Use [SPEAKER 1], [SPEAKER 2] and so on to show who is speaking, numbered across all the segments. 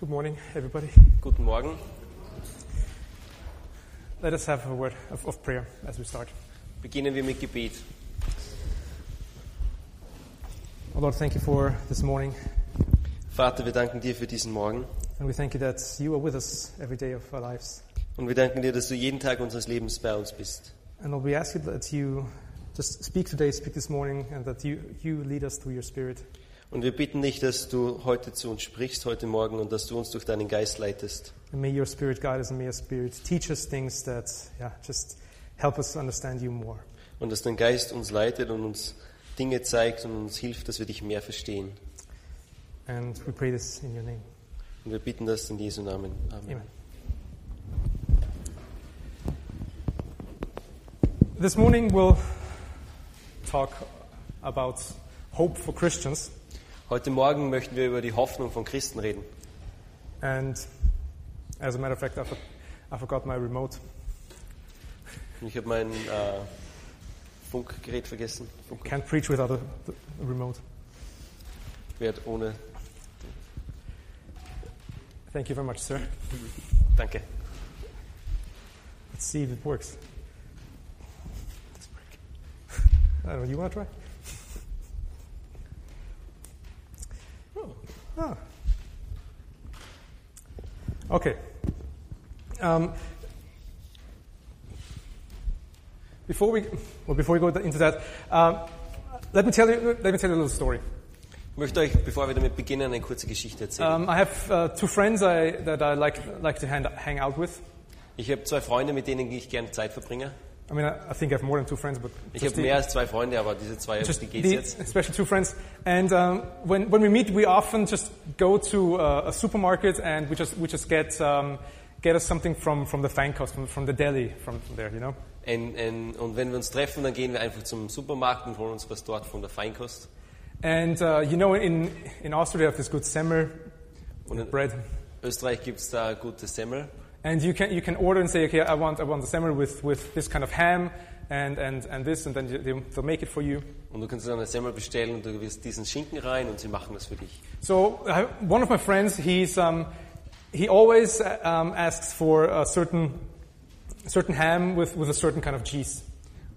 [SPEAKER 1] Good morning, everybody.
[SPEAKER 2] Guten Morgen.
[SPEAKER 1] Let us have a word of, of prayer as we start.
[SPEAKER 2] Beginnen wir mit Gebet.
[SPEAKER 1] Oh Lord, thank you for this morning,
[SPEAKER 2] Vater, wir danken dir für diesen Morgen
[SPEAKER 1] and we thank you that you are with us every day of our lives.
[SPEAKER 2] und wir danken dir, dass du jeden Tag unseres Lebens bei uns bist.
[SPEAKER 1] And Lord, we ask you that you just speak today, speak this morning, and that you, you lead us through your Spirit.
[SPEAKER 2] Und wir bitten dich, dass du heute zu uns sprichst, heute Morgen, und dass du uns durch deinen Geist leitest.
[SPEAKER 1] And may your Spirit guide us, and may your Spirit teach us things that, yeah, just help us understand you more.
[SPEAKER 2] Und dass dein Geist uns leitet und uns Dinge zeigt und uns hilft, dass wir dich mehr verstehen.
[SPEAKER 1] And we pray this in your name.
[SPEAKER 2] Und wir bitten das in Jesu Namen. Amen.
[SPEAKER 1] Amen. This morning we'll talk about hope for Christians,
[SPEAKER 2] Heute Morgen möchten wir über die Hoffnung von Christen reden.
[SPEAKER 1] and as a matter of fact, I, for- I forgot my remote.
[SPEAKER 2] Und ich habe mein äh, Funkgerät vergessen. Funk
[SPEAKER 1] Can't preach without a, the remote.
[SPEAKER 2] werd ohne.
[SPEAKER 1] Thank you very much, sir.
[SPEAKER 2] Danke.
[SPEAKER 1] Let's see if it works. I don't know. You want to try? Ah. Okay. Um, before we, well, before we go into that, um, let me tell you, let me tell you a little story.
[SPEAKER 2] Ich möchte euch, bevor wir damit beginnen, eine kurze Geschichte erzählen.
[SPEAKER 1] Um, I have uh, two friends I, that I like like to hand, hang out with.
[SPEAKER 2] Ich habe zwei Freunde, mit denen ich gerne Zeit verbringe.
[SPEAKER 1] I mean, I, I think I have more than two friends, but
[SPEAKER 2] Ich
[SPEAKER 1] just the-
[SPEAKER 2] habe mehr als zwei Freunde, aber diese zwei, um
[SPEAKER 1] just
[SPEAKER 2] die geht's
[SPEAKER 1] the-
[SPEAKER 2] jetzt.
[SPEAKER 1] especially two friends. And um, when, when we meet, we often just go to uh, a supermarket and we just, we just get, um, get us something from, from the Fankos, from, from the deli, from, from there, you know?
[SPEAKER 2] Ein, ein, und wenn wir uns treffen, dann gehen wir einfach zum Supermarkt und holen uns was dort von der Feinkost.
[SPEAKER 1] And uh, you know, in, in Austria, there's good semmer
[SPEAKER 2] Und in
[SPEAKER 1] bread.
[SPEAKER 2] Österreich gibt's da gute Semmel.
[SPEAKER 1] And you can, you can order and say, okay, I want, I want the semmer with, with this kind of ham and, and, and this, and then you- they- they'll make it for you.
[SPEAKER 2] Und du kannst dann eine Semmel bestellen und du wirst diesen Schinken rein und sie machen das für dich.
[SPEAKER 1] So I, one of my friends, he's um, he always uh, um, asks for a certain certain ham with, with a certain kind of cheese.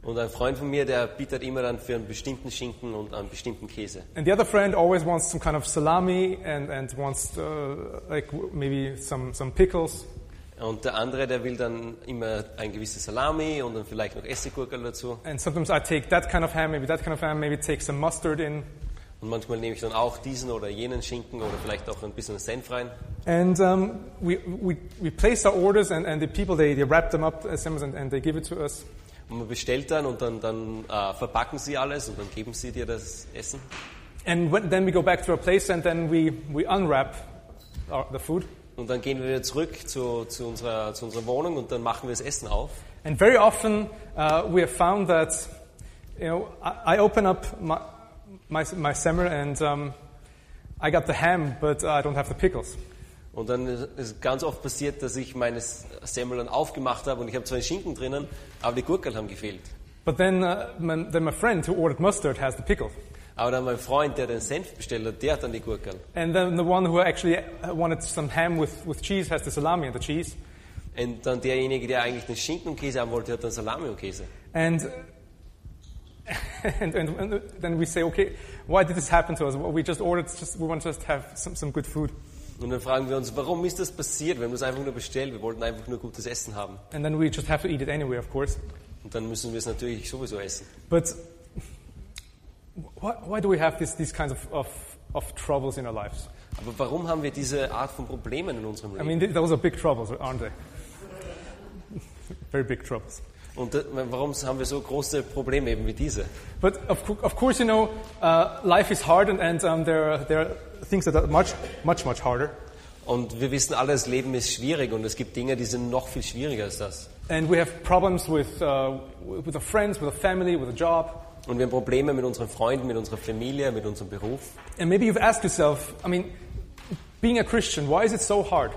[SPEAKER 2] Und ein Freund von mir, der bietet immer dann für einen bestimmten Schinken und einen bestimmten Käse.
[SPEAKER 1] And the other friend always wants some kind of salami and, and wants uh, like w- maybe some, some pickles.
[SPEAKER 2] Und der andere, der will dann immer ein gewisses Salami und dann vielleicht noch Essiggurkel dazu.
[SPEAKER 1] And sometimes I take that kind of ham, maybe that kind of ham, maybe take some mustard in.
[SPEAKER 2] Und manchmal nehme ich dann auch diesen oder jenen Schinken oder vielleicht auch ein bisschen Senf rein.
[SPEAKER 1] And um, we, we, we place our orders and, and the people, they, they wrap them up as sandwiches and, and they give it to us.
[SPEAKER 2] Und man bestellt dann und dann, dann äh, verpacken sie alles und dann geben sie dir das Essen.
[SPEAKER 1] And when, then we go back to our place and then we, we unwrap our, the food.
[SPEAKER 2] Und dann gehen wir wieder zurück zu, zu, unserer, zu unserer Wohnung und dann machen wir das Essen auf.
[SPEAKER 1] And very often uh, we have found that, you know, I, I open up my, my, my semmer and um, I got the ham, but I don't have the pickles.
[SPEAKER 2] Und dann ist ganz oft passiert, dass ich meine Semmel dann aufgemacht habe und ich habe zwar einen Schinken drinnen, aber die Gurkeln haben gefehlt.
[SPEAKER 1] But then, uh, my, then my friend who ordered mustard has the pickle.
[SPEAKER 2] Aber dann mein Freund, der den Senf bestellt hat, der hat dann die Gurkeln.
[SPEAKER 1] And then the one who actually uh, wanted some ham with, with cheese has the salami and the cheese.
[SPEAKER 2] Und dann derjenige, der eigentlich den Schinken und Käse haben wollte, hat dann Salami und Käse.
[SPEAKER 1] And, and, and, and then we say, okay, why did this happen to us? Well, we just ordered, just, we want to just have some, some good food.
[SPEAKER 2] Und dann fragen wir uns, warum ist das passiert? Wir haben das einfach nur bestellt, wir wollten einfach nur gutes Essen haben.
[SPEAKER 1] And then we just have to eat it anyway, of course.
[SPEAKER 2] Und dann müssen wir es natürlich sowieso essen.
[SPEAKER 1] But why, why do we have this, these kinds of, of, of troubles in our lives?
[SPEAKER 2] Aber warum haben wir diese Art von Problemen in unserem
[SPEAKER 1] I
[SPEAKER 2] Leben?
[SPEAKER 1] mean, th- those are big troubles, aren't they? Very big troubles.
[SPEAKER 2] Und da- warum haben wir so große Probleme eben wie diese?
[SPEAKER 1] But of, cou- of course, you know, uh, life is hard, and, and um, there, are, there are things that are much, much, much harder.
[SPEAKER 2] Und wir wissen alle, das Leben ist schwierig und es gibt Dinge, die sind noch viel schwieriger als das.
[SPEAKER 1] And we have problems with, uh, with with our friends, with our family, with a job.
[SPEAKER 2] Und wir haben Probleme mit unseren Freunden, mit unserer Familie, mit unserem Beruf.
[SPEAKER 1] And maybe you've asked yourself, I mean, being a Christian, why is it so hard?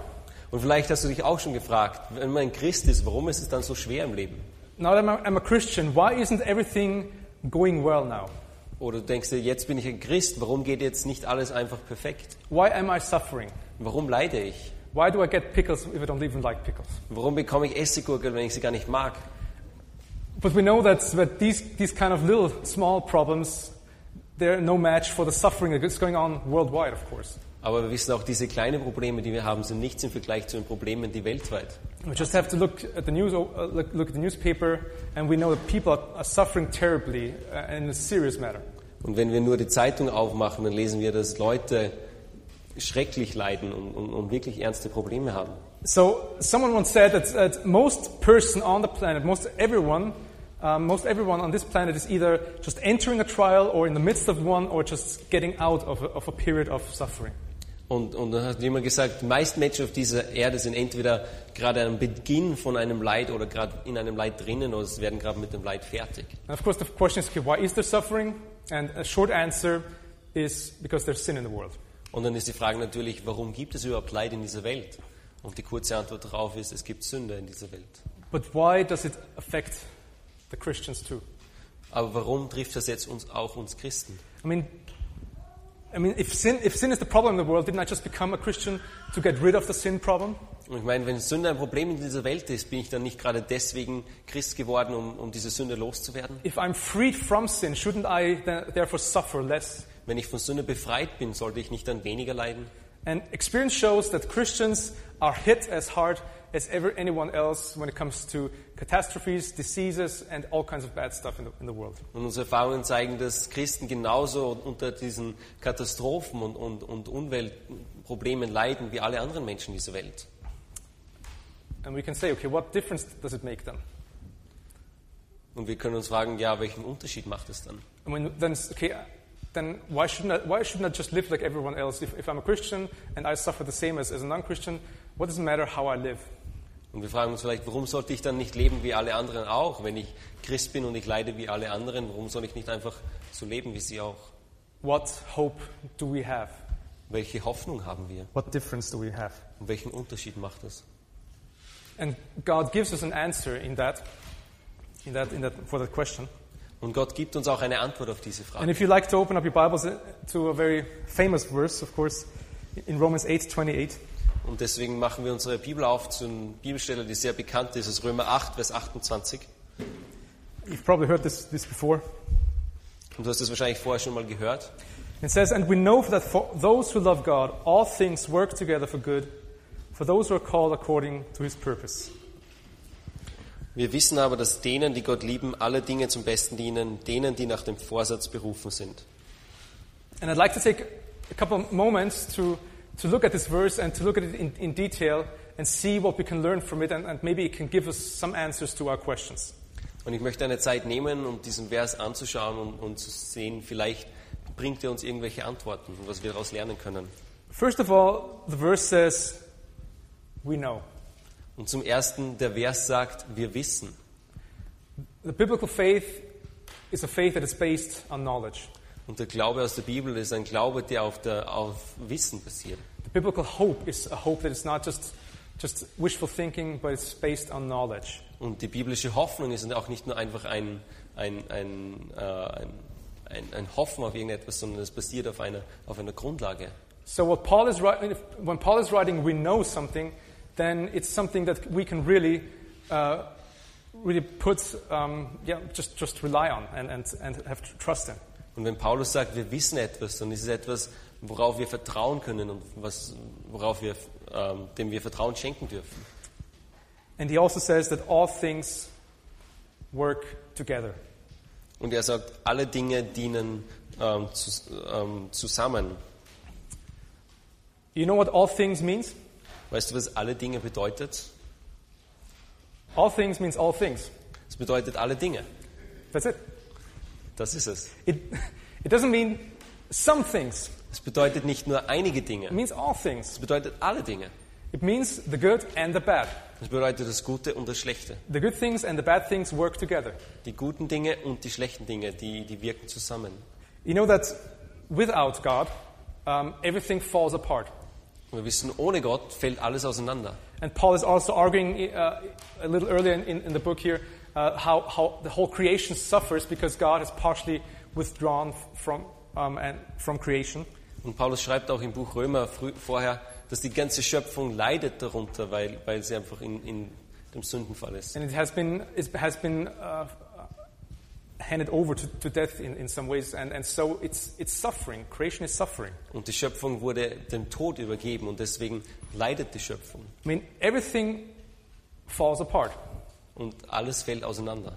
[SPEAKER 2] Und vielleicht hast du dich auch schon gefragt, wenn man ein Christ ist, warum ist es dann so schwer im Leben?
[SPEAKER 1] Now that I'm a, I'm a Christian, why isn't everything going well now?
[SPEAKER 2] Oder du denkst dir, jetzt bin ich ein Christ, warum geht jetzt nicht alles einfach perfekt?
[SPEAKER 1] Why am I suffering?
[SPEAKER 2] Warum leide ich?
[SPEAKER 1] Why do I get pickles if I don't even like pickles?
[SPEAKER 2] Warum bekomme ich Essiggurkel, wenn ich sie gar nicht mag?
[SPEAKER 1] But we know that, that these, these kind of little small problems, they're no match for the suffering that's going on worldwide, of course.
[SPEAKER 2] Aber wir wissen auch, diese kleinen Probleme, die wir haben, sind nichts im Vergleich zu den Problemen, die weltweit.
[SPEAKER 1] We just have to look at the news, uh, look, look at the newspaper, and we know that people are, are suffering terribly uh, in a serious matter.
[SPEAKER 2] Und wenn wir nur die Zeitung aufmachen, dann lesen wir, dass Leute schrecklich leiden und, und, und wirklich ernste Probleme haben.
[SPEAKER 1] So someone once said that, that most person on the planet, most everyone, um, most everyone on this planet is either just entering a trial or in the midst of one or just getting out of a, of a period of suffering.
[SPEAKER 2] Und, und dann hat jemand gesagt, die meisten Menschen auf dieser Erde sind entweder gerade am Beginn von einem Leid oder gerade in einem Leid drinnen oder sie werden gerade mit dem Leid fertig.
[SPEAKER 1] And of course, the question is, okay, why is there suffering? And a short answer is because there's sin in the world.
[SPEAKER 2] Und dann ist die Frage natürlich, warum gibt es überhaupt Leid in dieser Welt? Und die kurze Antwort darauf ist, es gibt Sünde in dieser Welt.
[SPEAKER 1] But why does it affect the Christians too?
[SPEAKER 2] Aber warum trifft das jetzt uns auch uns Christen?
[SPEAKER 1] I mean, I mean, if sin, if sin is the problem in the world, didn't I just become a Christian to get rid of the sin problem?
[SPEAKER 2] Und ich meine, wenn Sünde ein Problem in dieser Welt ist, bin ich dann nicht gerade deswegen Christ geworden, um, um diese Sünde loszuwerden?
[SPEAKER 1] If I'm freed from sin, shouldn't I th- therefore suffer less?
[SPEAKER 2] Wenn ich von Sünde befreit bin, sollte ich nicht dann weniger leiden?
[SPEAKER 1] And experience shows that Christians are hit as hard as ever anyone else when it comes to catastrophes, diseases, and all kinds of bad stuff in the, in the world.
[SPEAKER 2] Und unsere Erfahrungen zeigen, dass Christen genauso unter diesen Katastrophen und, und, und Umweltproblemen leiden wie alle anderen Menschen dieser Welt.
[SPEAKER 1] And we can say, okay, what difference does it make then?
[SPEAKER 2] Und wir können uns fragen, ja, welchen Unterschied macht es dann?
[SPEAKER 1] I mean, then it's, okay, then why shouldn't I, why shouldn't I just live like everyone else? If, if I'm a Christian and I suffer the same as, as a non-Christian, what does it matter how I live?
[SPEAKER 2] Und wir fragen uns vielleicht, warum sollte ich dann nicht leben wie alle anderen auch? Wenn ich Christ bin und ich leide wie alle anderen, warum soll ich nicht einfach so leben wie sie auch?
[SPEAKER 1] What hope do we have?
[SPEAKER 2] Welche Hoffnung haben wir?
[SPEAKER 1] What difference do we have?
[SPEAKER 2] Und welchen Unterschied macht es?
[SPEAKER 1] And God gives us an answer in that, in that, in that, for that question.
[SPEAKER 2] Und Gott gibt uns auch eine Antwort auf diese
[SPEAKER 1] And
[SPEAKER 2] Frage.
[SPEAKER 1] if you like to open up your Bibles uh, to a very famous verse, of course, in Romans 8:28,
[SPEAKER 2] Und deswegen machen wir unsere Bibel auf zu einer Bibelstelle, die sehr bekannt ist, aus Römer 8, Vers 28.
[SPEAKER 1] you've probably heard this, this before.
[SPEAKER 2] Und du hast das wahrscheinlich vorher schon mal gehört.
[SPEAKER 1] It says, And we know that for those who love God, all things work together for good, for those who are called according to his purpose.
[SPEAKER 2] Wir wissen aber, dass denen, die Gott lieben, alle Dinge zum Besten dienen, denen, die nach dem Vorsatz berufen sind.
[SPEAKER 1] And I'd like to take a couple of moments to, to look at this verse and to look at it in, in detail and see what we can learn from it, and, and maybe it can give us some answers to our questions.
[SPEAKER 2] Und ich möchte eine Zeit nehmen, um diesen Vers anzuschauen und, und zu sehen, vielleicht bringt er uns irgendwelche Antworten und was wir daraus lernen können.
[SPEAKER 1] First of all, the verse says, We know.
[SPEAKER 2] Und zum Ersten, der Vers sagt, wir wissen.
[SPEAKER 1] The biblical faith is a faith that is based on knowledge.
[SPEAKER 2] Und der Glaube aus der Bibel ist ein Glaube, der auf, der, auf Wissen basiert.
[SPEAKER 1] The biblical hope is a hope that is not just, just wishful thinking, but it's based on knowledge.
[SPEAKER 2] Und die biblische Hoffnung ist auch nicht nur einfach ein, ein, ein, äh, ein, ein, ein Hoffen auf irgendetwas, sondern es basiert auf einer, auf einer Grundlage.
[SPEAKER 1] So what Paul is writing, when Paul is writing, we know something, then it's something that we can really, uh, really put, um, yeah, just, just rely on and, and, and have tr- trust in.
[SPEAKER 2] Und wenn Paulus sagt, wir wissen etwas, dann ist es etwas, worauf wir vertrauen können und was, worauf wir, ähm, dem wir Vertrauen schenken dürfen.
[SPEAKER 1] And he also says that all things work together.
[SPEAKER 2] Und er sagt, alle Dinge dienen ähm, zu, ähm, zusammen.
[SPEAKER 1] You know what all things means?
[SPEAKER 2] Weißt du, was alle Dinge bedeutet?
[SPEAKER 1] All things means all things.
[SPEAKER 2] Es bedeutet alle Dinge.
[SPEAKER 1] That's it.
[SPEAKER 2] Das ist es.
[SPEAKER 1] It, it doesn't mean some things.
[SPEAKER 2] Es bedeutet nicht nur einige
[SPEAKER 1] It
[SPEAKER 2] Dinge.
[SPEAKER 1] means all things.
[SPEAKER 2] Es bedeutet alle Dinge.
[SPEAKER 1] It means the good and the bad.
[SPEAKER 2] Es bedeutet das Gute und das Schlechte.
[SPEAKER 1] The good things and the bad things work together.
[SPEAKER 2] Die guten Dinge und die schlechten Dinge, die, die wirken zusammen.
[SPEAKER 1] You know that without God, um, everything falls apart.
[SPEAKER 2] Wir wissen, ohne Gott fällt alles auseinander.
[SPEAKER 1] And Paul is also arguing uh, a little earlier in, in, in the book here uh, how, how the whole creation suffers because God has partially withdrawn from, um, and from creation.
[SPEAKER 2] Und Paulus schreibt auch im Buch Römer früh, vorher, dass die ganze Schöpfung leidet darunter, weil, weil sie einfach in, in dem Sündenfall ist.
[SPEAKER 1] And it has been, it has been uh, handed over to, to death in, in some ways. And, and so it's, it's suffering. Creation is suffering.
[SPEAKER 2] Und die Schöpfung wurde dem Tod übergeben und deswegen leidet die Schöpfung.
[SPEAKER 1] I mean, everything falls apart.
[SPEAKER 2] Und alles fällt auseinander.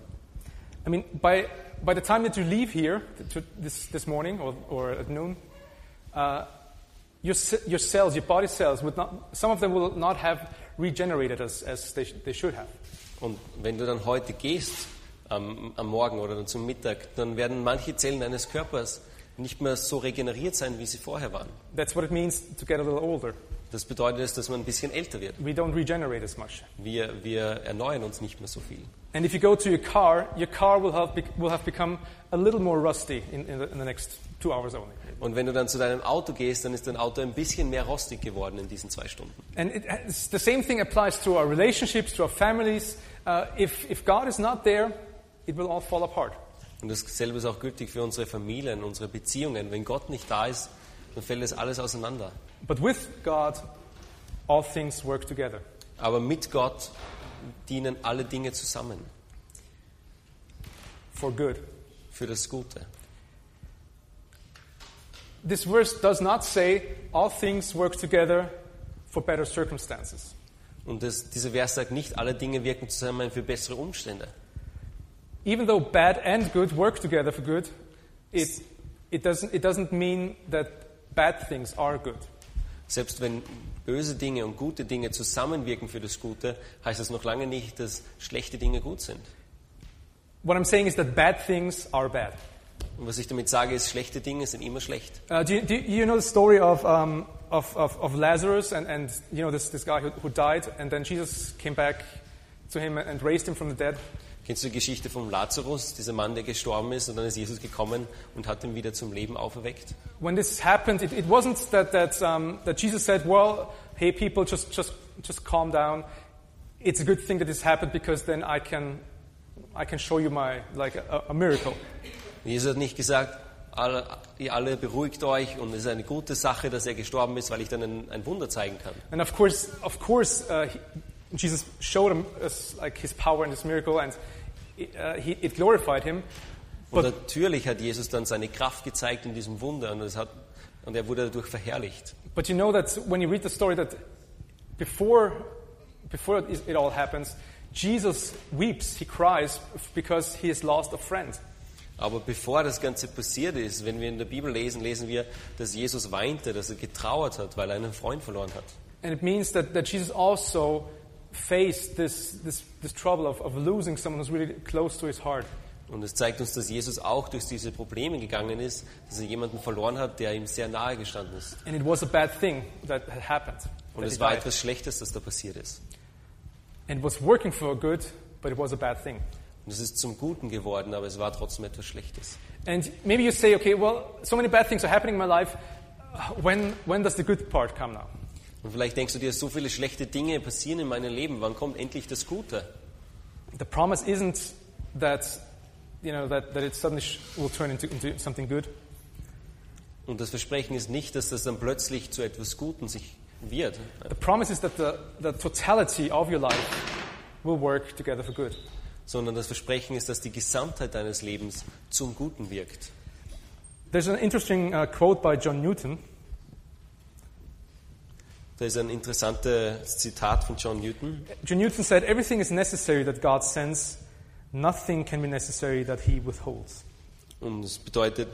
[SPEAKER 1] I mean, by, by the time that you leave here to, to this, this morning or, or at noon, uh, your, ce- your cells, your body cells, would not, some of them will not have regenerated as, as they, sh- they should have.
[SPEAKER 2] Und wenn du dann heute gehst, am, am Morgen oder dann zum Mittag, dann werden manche Zellen deines Körpers nicht mehr so regeneriert sein, wie sie vorher waren.
[SPEAKER 1] That's what it means to get a little older.
[SPEAKER 2] Das bedeutet, es, dass man ein bisschen älter wird.
[SPEAKER 1] We don't regenerate as much.
[SPEAKER 2] Wir, wir erneuern uns nicht mehr so viel.
[SPEAKER 1] And if you go to your car, your car will have, bec- will have become a little more rusty in, in, the, in the next two hours only.
[SPEAKER 2] Und wenn du dann zu deinem Auto gehst, dann ist dein Auto ein bisschen mehr rostig geworden in diesen zwei Stunden.
[SPEAKER 1] And it, it's the same thing applies to our relationships, to our families. Uh, if, if God is not there, it will all fall apart.
[SPEAKER 2] Und dasselbe ist auch gültig für unsere Familien, unsere Beziehungen. Wenn Gott nicht da ist, dann fällt das alles auseinander.
[SPEAKER 1] But with God, all things work together.
[SPEAKER 2] Aber mit Gott dienen alle Dinge zusammen
[SPEAKER 1] for good.
[SPEAKER 2] für das Gute.
[SPEAKER 1] This verse does not say all things work together for better circumstances.
[SPEAKER 2] Und das, dieser Vers sagt nicht, alle Dinge wirken zusammen für bessere Umstände.
[SPEAKER 1] Even though bad and good work together for good, it, it, doesn't, it doesn't mean that bad things are good.
[SPEAKER 2] Selbst wenn böse Dinge und gute Dinge zusammenwirken für das Gute, heißt das noch lange nicht, dass schlechte Dinge gut sind.
[SPEAKER 1] What I'm saying is that bad things are bad.
[SPEAKER 2] Und was ich damit sage, ist, schlechte Dinge sind immer schlecht.
[SPEAKER 1] Uh, do, you, do you know the story of, um, of, of, of Lazarus and, and you know, this, this guy who, who died, and then Jesus came back to him and raised him from the dead?
[SPEAKER 2] Kennst du die Geschichte vom Lazarus, dieser Mann, der gestorben ist und dann ist Jesus gekommen und hat ihn wieder zum Leben auferweckt?
[SPEAKER 1] when this happened, it, it wasn't that, that, um, that Jesus said, well, hey, people, just, just, just calm down. It's a good thing that this happened because then I can, I can show you my, like, a, a miracle.
[SPEAKER 2] Jesus hat nicht gesagt, alle, ihr alle beruhigt euch und es ist eine gute Sache, dass er gestorben ist, weil ich dann ein, ein Wunder zeigen kann.
[SPEAKER 1] And of course, of course, uh, he, Jesus showed him us, like, his power and his miracle, and it, uh, he, it glorified him.
[SPEAKER 2] Und natürlich hat Jesus dann seine Kraft gezeigt in diesem Wunder und, das hat, und er wurde dadurch verherrlicht.
[SPEAKER 1] But you know that when you read the story, that before, before it it all happens, Jesus weeps, he cries because he has lost a friend.
[SPEAKER 2] Aber bevor das Ganze passiert ist, wenn wir in der Bibel lesen, lesen wir, dass Jesus weinte, dass er getrauert hat, weil er einen Freund verloren hat.
[SPEAKER 1] And it means that, that Jesus also faced this, this, this trouble of, of losing someone who's really close to his heart.
[SPEAKER 2] Und es zeigt uns, dass Jesus auch durch diese Probleme gegangen ist, dass er jemanden verloren hat, der ihm sehr nahe gestanden ist.
[SPEAKER 1] And it was a bad thing that had happened.
[SPEAKER 2] Und
[SPEAKER 1] that he
[SPEAKER 2] es war
[SPEAKER 1] died.
[SPEAKER 2] etwas Schlechtes, das da passiert ist.
[SPEAKER 1] And it was working for good, but it was a bad thing.
[SPEAKER 2] Und es ist zum Guten geworden, aber es war trotzdem etwas Schlechtes.
[SPEAKER 1] And maybe you say, okay, well, so many bad things are happening in my life. When, when does the good part come now?
[SPEAKER 2] Und vielleicht denkst du dir, so viele schlechte Dinge passieren in meinem Leben, wann kommt endlich das Gute?
[SPEAKER 1] The promise isn't that, you know, that, that it suddenly sh- will turn into, into something good.
[SPEAKER 2] Und das Versprechen ist nicht, dass das dann plötzlich zu etwas Guten sich wird.
[SPEAKER 1] The promise is that the, the totality of your life will work together for good.
[SPEAKER 2] sondern das Versprechen ist, dass die Gesamtheit deines Lebens zum Guten wirkt.
[SPEAKER 1] There's an interesting uh, quote by John Newton.
[SPEAKER 2] Da ist ein interessantes Zitat von John Newton.
[SPEAKER 1] John Newton said, Everything is necessary that God sends, nothing can be necessary that He withholds.
[SPEAKER 2] Und es bedeutet,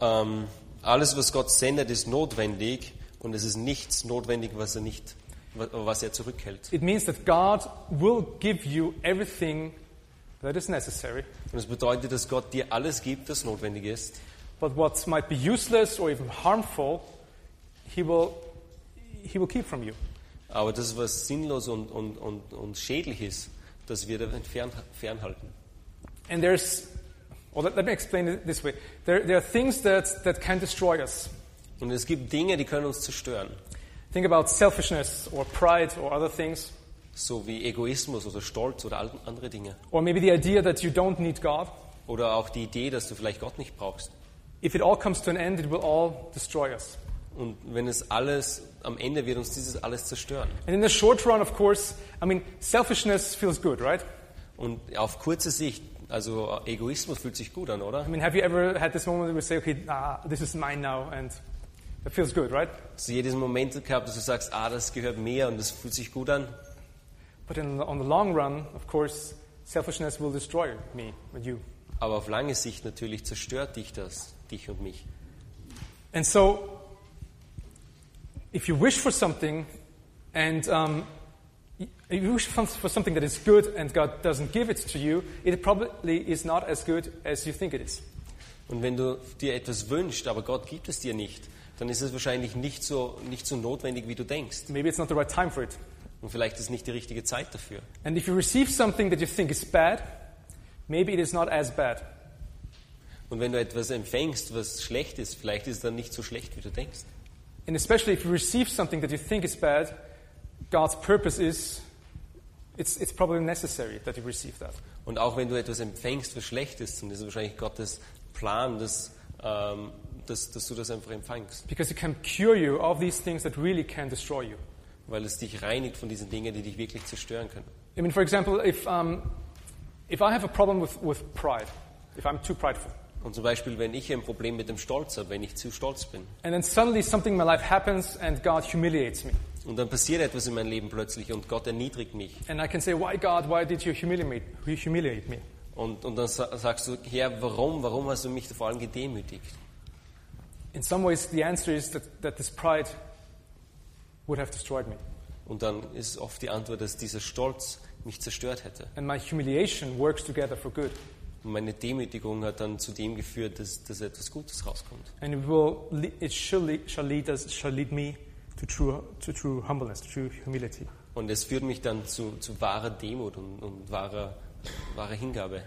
[SPEAKER 2] ähm, alles, was Gott sendet, ist notwendig und es ist nichts notwendig, was er, nicht, wa- was er zurückhält.
[SPEAKER 1] It means that God will give you everything that is necessary,
[SPEAKER 2] Und es bedeutet, dass Gott dir alles gibt, das notwendig ist.
[SPEAKER 1] but what might be useless or even harmful, He will, he will keep from you.
[SPEAKER 2] Aber das, was sinnlos und, und, und, und schädlich ist, das wird er fern, fernhalten.
[SPEAKER 1] And there's, well, let, let me explain it this way there, there are things that, that can destroy us.
[SPEAKER 2] Und es gibt Dinge, die können uns zerstören,
[SPEAKER 1] Think about selfishness or pride or other things,
[SPEAKER 2] so wie Egoismus oder Stolz oder all- andere Dinge.
[SPEAKER 1] or maybe the idea that you don't need God.
[SPEAKER 2] Oder auch die Idee, dass du vielleicht Gott nicht brauchst.
[SPEAKER 1] If it all comes to an end, it will all destroy us.
[SPEAKER 2] Und wenn es alles, am Ende wird uns dieses alles zerstören.
[SPEAKER 1] And in the short run, of course, I mean, selfishness feels good, right?
[SPEAKER 2] Und auf kurze Sicht, also Egoismus fühlt sich gut an, oder?
[SPEAKER 1] I mean, have you ever had this moment where you say, okay, ah, this is mine now, and that feels good, right?
[SPEAKER 2] Hast du Also jedes Moment gehabt, dass du sagst, ah, das gehört mir und das fühlt sich gut an?
[SPEAKER 1] But in, on the long run, of course, selfishness will destroy me and you.
[SPEAKER 2] Aber auf lange Sicht natürlich zerstört dich das, dich und mich.
[SPEAKER 1] And so, if you wish for something, and um, y- if you wish for for something that is good and God doesn't give it to you, it probably is not as good as you think it is.
[SPEAKER 2] Und wenn du dir etwas wünschst, aber Gott gibt es dir nicht, dann ist es wahrscheinlich nicht so, nicht so notwendig, wie du denkst.
[SPEAKER 1] Maybe it's not the right time for it.
[SPEAKER 2] Und vielleicht ist nicht die richtige Zeit dafür.
[SPEAKER 1] And if you receive something that you think is bad, maybe it is not as bad.
[SPEAKER 2] Und wenn du etwas empfängst, was schlecht ist, vielleicht ist es dann nicht so schlecht, wie du denkst.
[SPEAKER 1] And especially if you receive something that you think is bad, God's purpose is it's, it's probably necessary that you receive that.
[SPEAKER 2] Und auch wenn du etwas empfängst, was schlecht ist, dann ist es wahrscheinlich Gottes Plan, dass, ähm, dass, dass du das einfach empfängst,
[SPEAKER 1] Because it can cure you of these things that really can destroy you.
[SPEAKER 2] weil es dich reinigt von diesen Dingen, die dich wirklich zerstören können.
[SPEAKER 1] I mean, for example, if, um, if I have a problem with, with pride, if I'm too prideful,
[SPEAKER 2] Und zum Beispiel, wenn ich ein Problem mit dem Stolz habe, wenn ich zu stolz bin,
[SPEAKER 1] and then suddenly something in my life happens and God humiliates me.
[SPEAKER 2] und dann passiert etwas in meinem Leben plötzlich und Gott erniedrigt mich,
[SPEAKER 1] And I can say, Why, God, why did you humiliate, you humiliate me?
[SPEAKER 2] und, und dann sa- sagst du, Herr, warum, warum hast du mich vor allem gedemütigt?
[SPEAKER 1] In some ways, the answer is that, that this pride would have destroyed me.
[SPEAKER 2] Und dann ist oft die Antwort, dass dieser Stolz mich zerstört hätte.
[SPEAKER 1] And my humiliation works together for good.
[SPEAKER 2] Und meine Demütigung hat dann zu dem geführt, dass, dass etwas Gutes rauskommt.
[SPEAKER 1] And it will, le- it shall lead, shall lead us, shall lead me to true, to true humbleness, to true humility.
[SPEAKER 2] Und es führt mich dann zu, zu wahrer Demut und, und wahrer, wahrer Hingabe.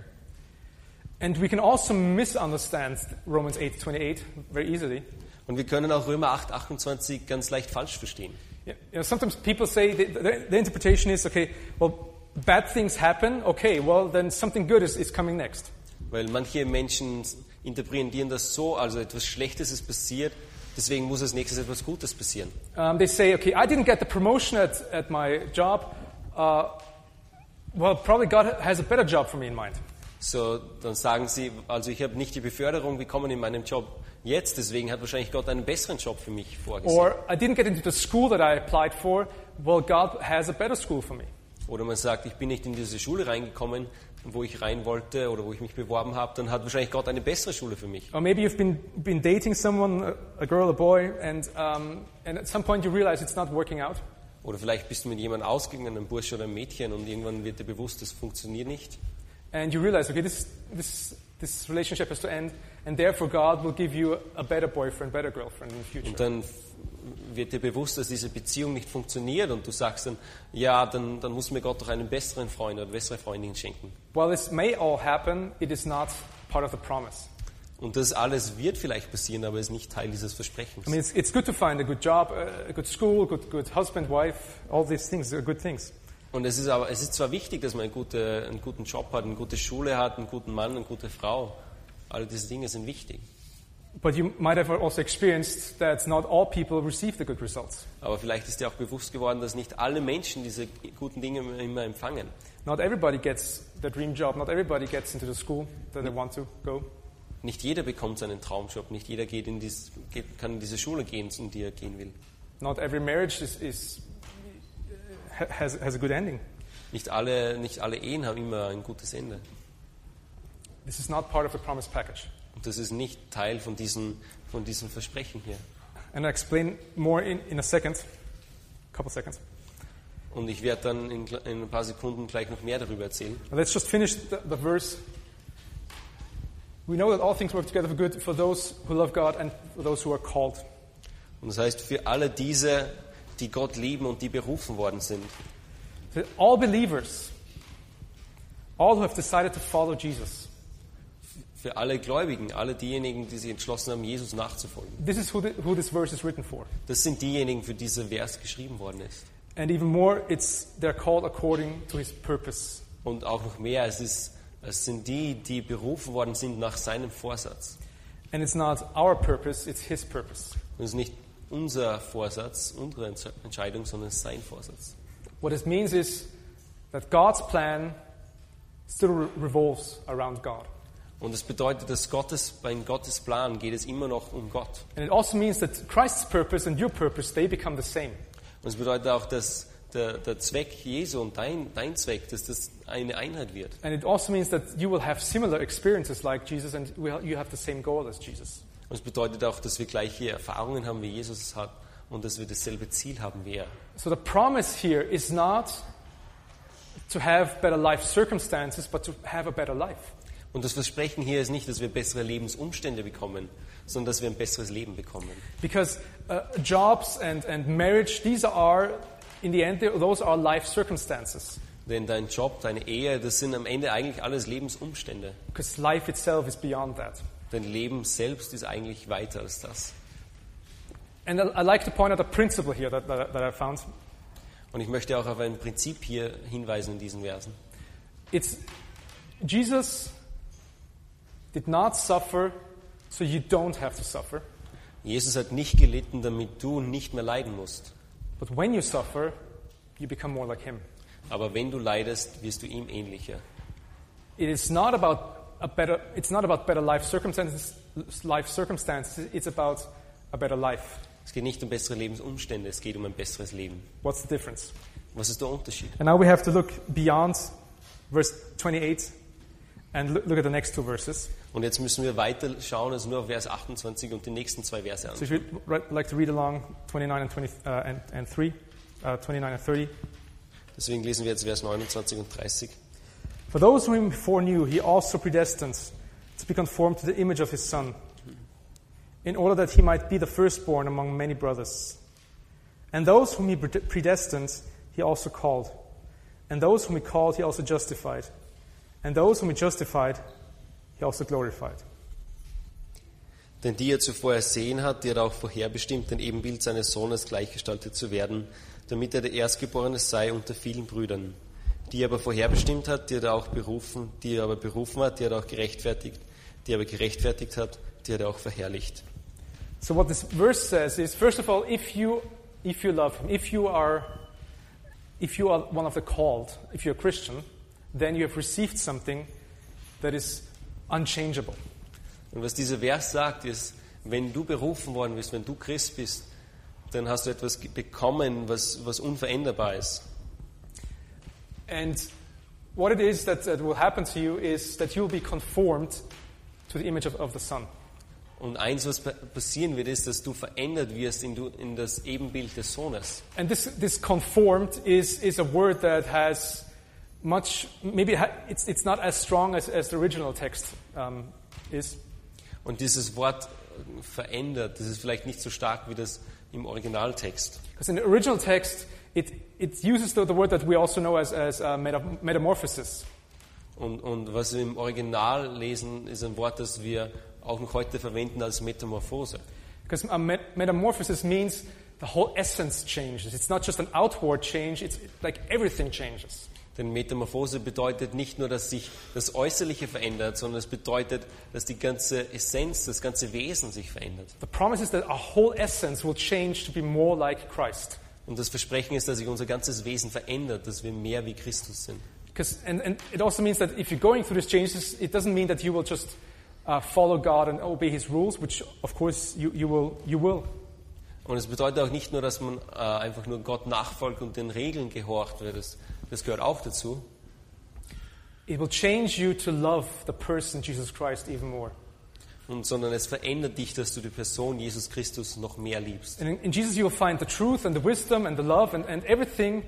[SPEAKER 1] And we can also misunderstand Romans 8:28 very easily.
[SPEAKER 2] Und wir können auch Römer 8, 28 ganz leicht falsch verstehen.
[SPEAKER 1] You know, sometimes people say the, the, the interpretation is okay. Well, bad things happen. Okay, well then something good is, is coming next.
[SPEAKER 2] Weil manche Menschen interpretieren das so, also etwas Schlechtes ist passiert, deswegen muss als nächstes etwas Gutes passieren.
[SPEAKER 1] Um, they say, okay, I didn't get the promotion at, at my job. Uh, well, probably God has a better job for me in mind.
[SPEAKER 2] So, dann sagen sie, also ich habe nicht die Beförderung bekommen in meinem Job jetzt, deswegen hat wahrscheinlich Gott einen besseren Job für mich vorgesehen.
[SPEAKER 1] Or I didn't get into the school that I applied for. Well, God has a better school for me.
[SPEAKER 2] Oder man sagt, ich bin nicht in diese Schule reingekommen, wo ich rein wollte oder wo ich mich beworben habe, dann hat wahrscheinlich Gott eine bessere Schule für mich.
[SPEAKER 1] Or maybe you've been, been dating someone, a- a girl, a boy, and, um, and at some point you realize it's not working out.
[SPEAKER 2] Oder vielleicht bist du mit jemandem ausgegangen, einem Bursch oder einem Mädchen, und irgendwann wird dir bewusst, das funktioniert nicht.
[SPEAKER 1] And you realize, okay, this, this, this relationship has to end, and therefore God will give you a better boyfriend, better girlfriend in the future.
[SPEAKER 2] Und dann f- wird dir bewusst, dass diese Beziehung nicht funktioniert und du sagst dann, ja, dann, dann muss mir Gott doch einen besseren Freund oder bessere Freundin schenken.
[SPEAKER 1] While this may all happen, it is not part of the promise.
[SPEAKER 2] Und das alles wird vielleicht passieren, aber ist nicht Teil dieses Versprechens.
[SPEAKER 1] I mean, it's, it's good to find a good job, uh, a good school, good, good husband, wife, all these things are good things.
[SPEAKER 2] Und es ist aber, es ist zwar wichtig, dass man eine gute, einen guten Job hat, eine gute Schule hat, einen guten Mann, eine gute Frau. All diese Dinge sind wichtig.
[SPEAKER 1] But you might have also experienced that not all people receive the good results.
[SPEAKER 2] Aber vielleicht ist dir auch bewusst geworden, dass nicht alle Menschen diese guten Dinge immer empfangen.
[SPEAKER 1] Not everybody gets the dream job, not everybody gets into the school that they want to go.
[SPEAKER 2] Nicht jeder bekommt seinen Traumjob, nicht jeder geht in dies, geht, kann in diese Schule gehen, in die er gehen will.
[SPEAKER 1] Not every marriage is, is, ha- has, has a good ending.
[SPEAKER 2] Nicht alle, nicht alle Ehen haben immer ein gutes Ende.
[SPEAKER 1] This is not part of the promise package.
[SPEAKER 2] Und das ist nicht Teil von diesen, von diesen Versprechen hier.
[SPEAKER 1] And I'll explain more in, in a second, a couple seconds.
[SPEAKER 2] Und ich werde dann in, gl- in ein paar Sekunden gleich noch mehr darüber erzählen.
[SPEAKER 1] Let's just finish the, the verse. We know that all things work together for good for those who love God and for those who are called.
[SPEAKER 2] Und das heißt, für alle diese, die Gott lieben und die berufen worden sind,
[SPEAKER 1] So all believers, all who have decided to follow Jesus,
[SPEAKER 2] für alle Gläubigen, alle diejenigen, die sich entschlossen haben, Jesus nachzufolgen.
[SPEAKER 1] this is who, the, who this verse is written for.
[SPEAKER 2] Das sind diejenigen, für die dieser Vers geschrieben worden ist.
[SPEAKER 1] And even more, it's they're called according to his purpose.
[SPEAKER 2] Und auch noch mehr, es, ist, es sind die, die berufen worden sind nach seinem Vorsatz.
[SPEAKER 1] And it's not our purpose, it's his purpose.
[SPEAKER 2] Und es ist nicht unser Vorsatz, unsere Entz- Entscheidung, sondern es ist sein Vorsatz.
[SPEAKER 1] What this means is that God's plan still re- revolves around God.
[SPEAKER 2] Und es bedeutet, dass Gottes, beim Gottes Plan geht es immer noch um Gott.
[SPEAKER 1] And it also means that Christ's purpose and your purpose, they become the same.
[SPEAKER 2] Und es bedeutet auch, dass der, der Zweck Jesu und dein, dein Zweck, dass das eine Einheit wird.
[SPEAKER 1] And it also means that you will have similar experiences like Jesus and we ha- you have the same goal as Jesus.
[SPEAKER 2] Und es bedeutet auch, dass wir gleiche Erfahrungen haben, wie Jesus es hat und dass wir dasselbe Ziel haben wie er.
[SPEAKER 1] So the promise here is not to have better life circumstances, but to have a better life.
[SPEAKER 2] Und das Versprechen hier ist nicht, dass wir bessere Lebensumstände bekommen, sondern dass wir ein besseres Leben bekommen.
[SPEAKER 1] Because uh, jobs and, and marriage, these are, in the end, they- those are life circumstances.
[SPEAKER 2] Denn dein Job, deine Ehe, das sind am Ende eigentlich alles Lebensumstände.
[SPEAKER 1] Because life itself is beyond that.
[SPEAKER 2] Dein Leben selbst ist eigentlich weiter als das.
[SPEAKER 1] And I- I'd like to point out a principle here that, that, that I found.
[SPEAKER 2] Und ich möchte auch auf ein Prinzip hier hinweisen in diesen Versen.
[SPEAKER 1] It's Jesus did not suffer so you don't have to suffer.
[SPEAKER 2] Jesus hat nicht gelitten, damit du nicht mehr leiden musst.
[SPEAKER 1] But when you suffer, you become more like him.
[SPEAKER 2] Aber wenn du leidest, wirst du ihm ähnlicher.
[SPEAKER 1] It is not about a better it's not about better life circumstances life circumstances, it's about a better life.
[SPEAKER 2] Es geht nicht um bessere Lebensumstände, es geht um ein besseres Leben.
[SPEAKER 1] What's the difference?
[SPEAKER 2] Was ist der Unterschied?
[SPEAKER 1] And now we have to look beyond verse 28 and look, look at the next two verses.
[SPEAKER 2] Und jetzt müssen wir weiter schauen, also nur auf Vers 28 und die nächsten zwei Verse an.
[SPEAKER 1] So if you'd ri- like to read along 29 and 20 uh, and, and 3 uh, 29 and 30
[SPEAKER 2] Deswegen lesen wir jetzt Vers 29 und 30.
[SPEAKER 1] For those whom he foreknew, he also predestined to be conformed to the image of his Son, in order that he might be the firstborn among many brothers. And those whom he pred- predestined, he also called. And those whom he called, he also justified. And those whom he justified, he also glorified.
[SPEAKER 2] Denn die er zuvor ersehen hat, die hat er auch vorherbestimmt, dem Ebenbild seines Sohnes gleichgestaltet zu werden, damit er der Erstgeborene sei unter vielen Brüdern. Die er aber vorherbestimmt hat, die hat er auch berufen, die er aber berufen hat, die hat er auch gerechtfertigt, die er aber gerechtfertigt hat, die hat er auch verherrlicht.
[SPEAKER 1] So what this verse says is, first of all, if you if you love him, if you are if you are one of the called, if you're a Christian, then you have received something that is unchangeable.
[SPEAKER 2] Und was dieser Vers sagt, ist, wenn du berufen worden bist, wenn du Christ bist, dann hast du etwas ge- bekommen, was, was unveränderbar ist.
[SPEAKER 1] And what it is that, that will happen to you is that you'll be conformed to the image of, of the Son.
[SPEAKER 2] Und eins, was pa- passieren wird, ist, dass du verändert wirst in, du, in das Ebenbild des Sohnes.
[SPEAKER 1] And this, this conformed is, is a word that has much, maybe it ha- it's, it's not as strong as, as the original text um, is.
[SPEAKER 2] Und dieses Wort äh, verändert, das ist vielleicht nicht so stark wie das im Originaltext.
[SPEAKER 1] Because in the original text, it, it uses the, the word that we also know as, as uh, meta- metamorphosis.
[SPEAKER 2] Und, und was wir im Original lesen, ist ein Wort, das wir auch noch heute verwenden als Metamorphose.
[SPEAKER 1] Because a uh, met- metamorphosis means the whole essence changes. It's not just an outward change, it's like everything changes.
[SPEAKER 2] Denn Metamorphose bedeutet nicht nur, dass sich das Äußerliche verändert, sondern es bedeutet, dass die ganze Essenz, das ganze Wesen sich verändert.
[SPEAKER 1] The promise is that our whole essence will change to be more like Christ.
[SPEAKER 2] Und das Versprechen ist, dass sich unser ganzes Wesen verändert, dass wir mehr wie Christus sind.
[SPEAKER 1] 'Cause- And, and it also means that if you're going through these changes, it doesn't mean that you will just uh, follow God and obey His rules, which of course you, you, will, you will.
[SPEAKER 2] Und es bedeutet auch nicht nur, dass man äh, einfach nur Gott nachfolgt und den Regeln gehorcht wird. Das, das gehört auch dazu.
[SPEAKER 1] It will change you to love the person Jesus Christ even more.
[SPEAKER 2] und, sondern es verändert dich, dass du die Person Jesus Christus noch mehr liebst.
[SPEAKER 1] And in, in Jesus, you will find the truth and the wisdom and the love and, and everything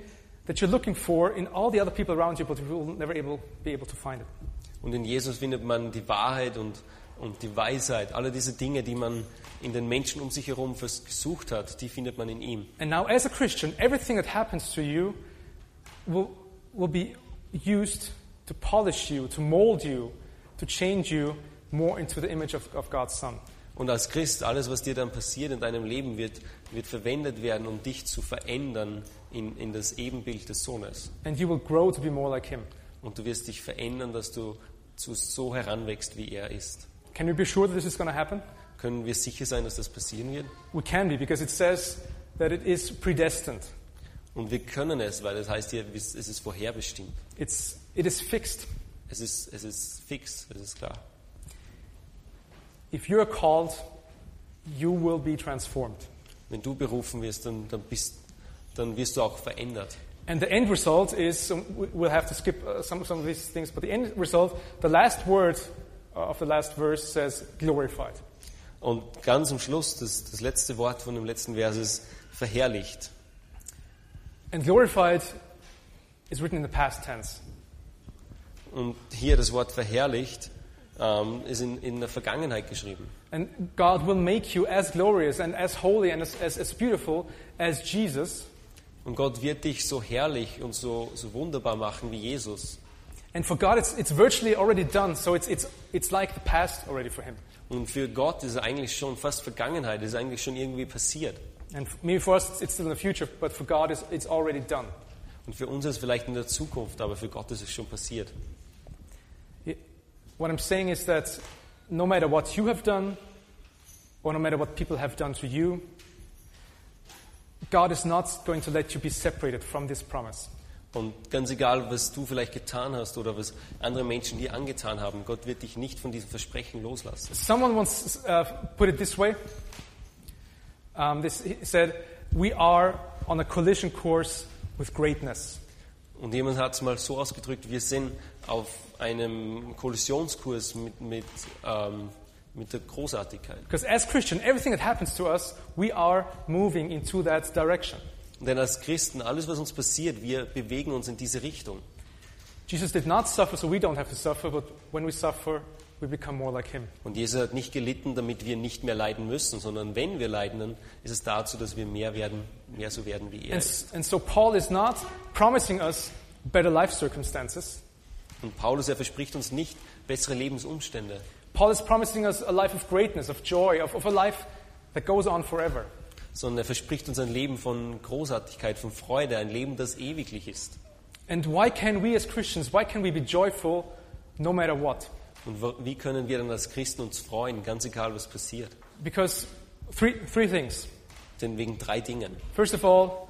[SPEAKER 1] that you're looking for in all the other people around you, but you will never able, be able to find it.
[SPEAKER 2] Und in Jesus findet man die Wahrheit und, und die Weisheit. Alle diese Dinge, die man in den Menschen um sich herum vers- gesucht hat, die findet man in ihm.
[SPEAKER 1] And now, as a Christian, everything that happens to you will, will be used to polish you, to mold you, to change you more into the image of, of God's Son.
[SPEAKER 2] Und als Christ, alles, was dir dann passiert in deinem Leben, wird, wird verwendet werden, um dich zu verändern in, in das Ebenbild des Sohnes.
[SPEAKER 1] And you will grow to be more like Him.
[SPEAKER 2] Und du wirst dich verändern, dass du zu so heranwächst, wie er ist.
[SPEAKER 1] Can you be sure that this is going to happen?
[SPEAKER 2] Können wir sicher sein, dass das passieren wird?
[SPEAKER 1] We can be, because it says that it is predestined.
[SPEAKER 2] Und wir können es, weil es heißt hier, es ist vorherbestimmt.
[SPEAKER 1] It's, it is fixed.
[SPEAKER 2] Es ist, es ist fix, es ist klar.
[SPEAKER 1] If you are called, you will be transformed.
[SPEAKER 2] Wenn du berufen wirst, dann, dann, bist, dann wirst du auch verändert.
[SPEAKER 1] And the end result is, um, we- we'll have to skip uh, some, some of these things, but the end result, the last word uh, of the last verse says glorified.
[SPEAKER 2] Und ganz am Schluss, das, das letzte Wort von dem letzten Vers ist verherrlicht.
[SPEAKER 1] And glorified is written in the past tense.
[SPEAKER 2] Und hier das Wort verherrlicht ähm, ist in, in der Vergangenheit geschrieben.
[SPEAKER 1] And God will make you as glorious and as holy and as, as, as beautiful as Jesus.
[SPEAKER 2] Und Gott wird dich so herrlich und so, so wunderbar machen wie Jesus.
[SPEAKER 1] And for God, it's, it's virtually already done, so it's, it's, it's like the past already for Him.
[SPEAKER 2] Und für Gott ist es eigentlich schon fast Vergangenheit, ist eigentlich schon irgendwie passiert.
[SPEAKER 1] And f- maybe for us, it's- it's still in the future, but for God, it's, it's already done.
[SPEAKER 2] Und für uns ist es vielleicht in der Zukunft, aber für Gott ist es schon passiert.
[SPEAKER 1] It- What I'm saying is that no matter what you have done, or no matter what people have done to you, God is not going to let you be separated from this promise.
[SPEAKER 2] Und ganz egal, was du vielleicht getan hast oder was andere Menschen dir angetan haben, Gott wird dich nicht von diesem Versprechen loslassen.
[SPEAKER 1] Someone once uh, put it this way. Um, this, he said, We are on a collision course with greatness.
[SPEAKER 2] Und jemand hat es mal so ausgedrückt, wir sind auf einem Kollisionskurs mit, mit, ähm, mit der Großartigkeit.
[SPEAKER 1] Because as Christian, everything that happens to us, we are moving into that direction.
[SPEAKER 2] Denn als Christen, alles was uns passiert, wir bewegen uns in diese Richtung.
[SPEAKER 1] Jesus did not suffer, so we don't have to suffer, but when we suffer, we become more like him.
[SPEAKER 2] Und Jesus hat nicht gelitten, damit wir nicht mehr leiden müssen, sondern wenn wir leiden, dann ist es dazu, dass wir mehr werden, mehr so werden wie er.
[SPEAKER 1] And, s- and so Paul is not promising us better life circumstances.
[SPEAKER 2] Und Paulus, er verspricht uns nicht bessere Lebensumstände.
[SPEAKER 1] Paul is promising us a life of greatness, of joy, of, of a life that goes on forever.
[SPEAKER 2] sondern er verspricht uns ein Leben von Großartigkeit, von Freude, ein Leben, das ewiglich ist.
[SPEAKER 1] And why can we as Christians, why can we be joyful no matter what?
[SPEAKER 2] Und wo- wie können wir dann als Christen uns freuen, ganz egal was passiert?
[SPEAKER 1] Because three, three things.
[SPEAKER 2] Denn wegen drei Dingen.
[SPEAKER 1] First of all,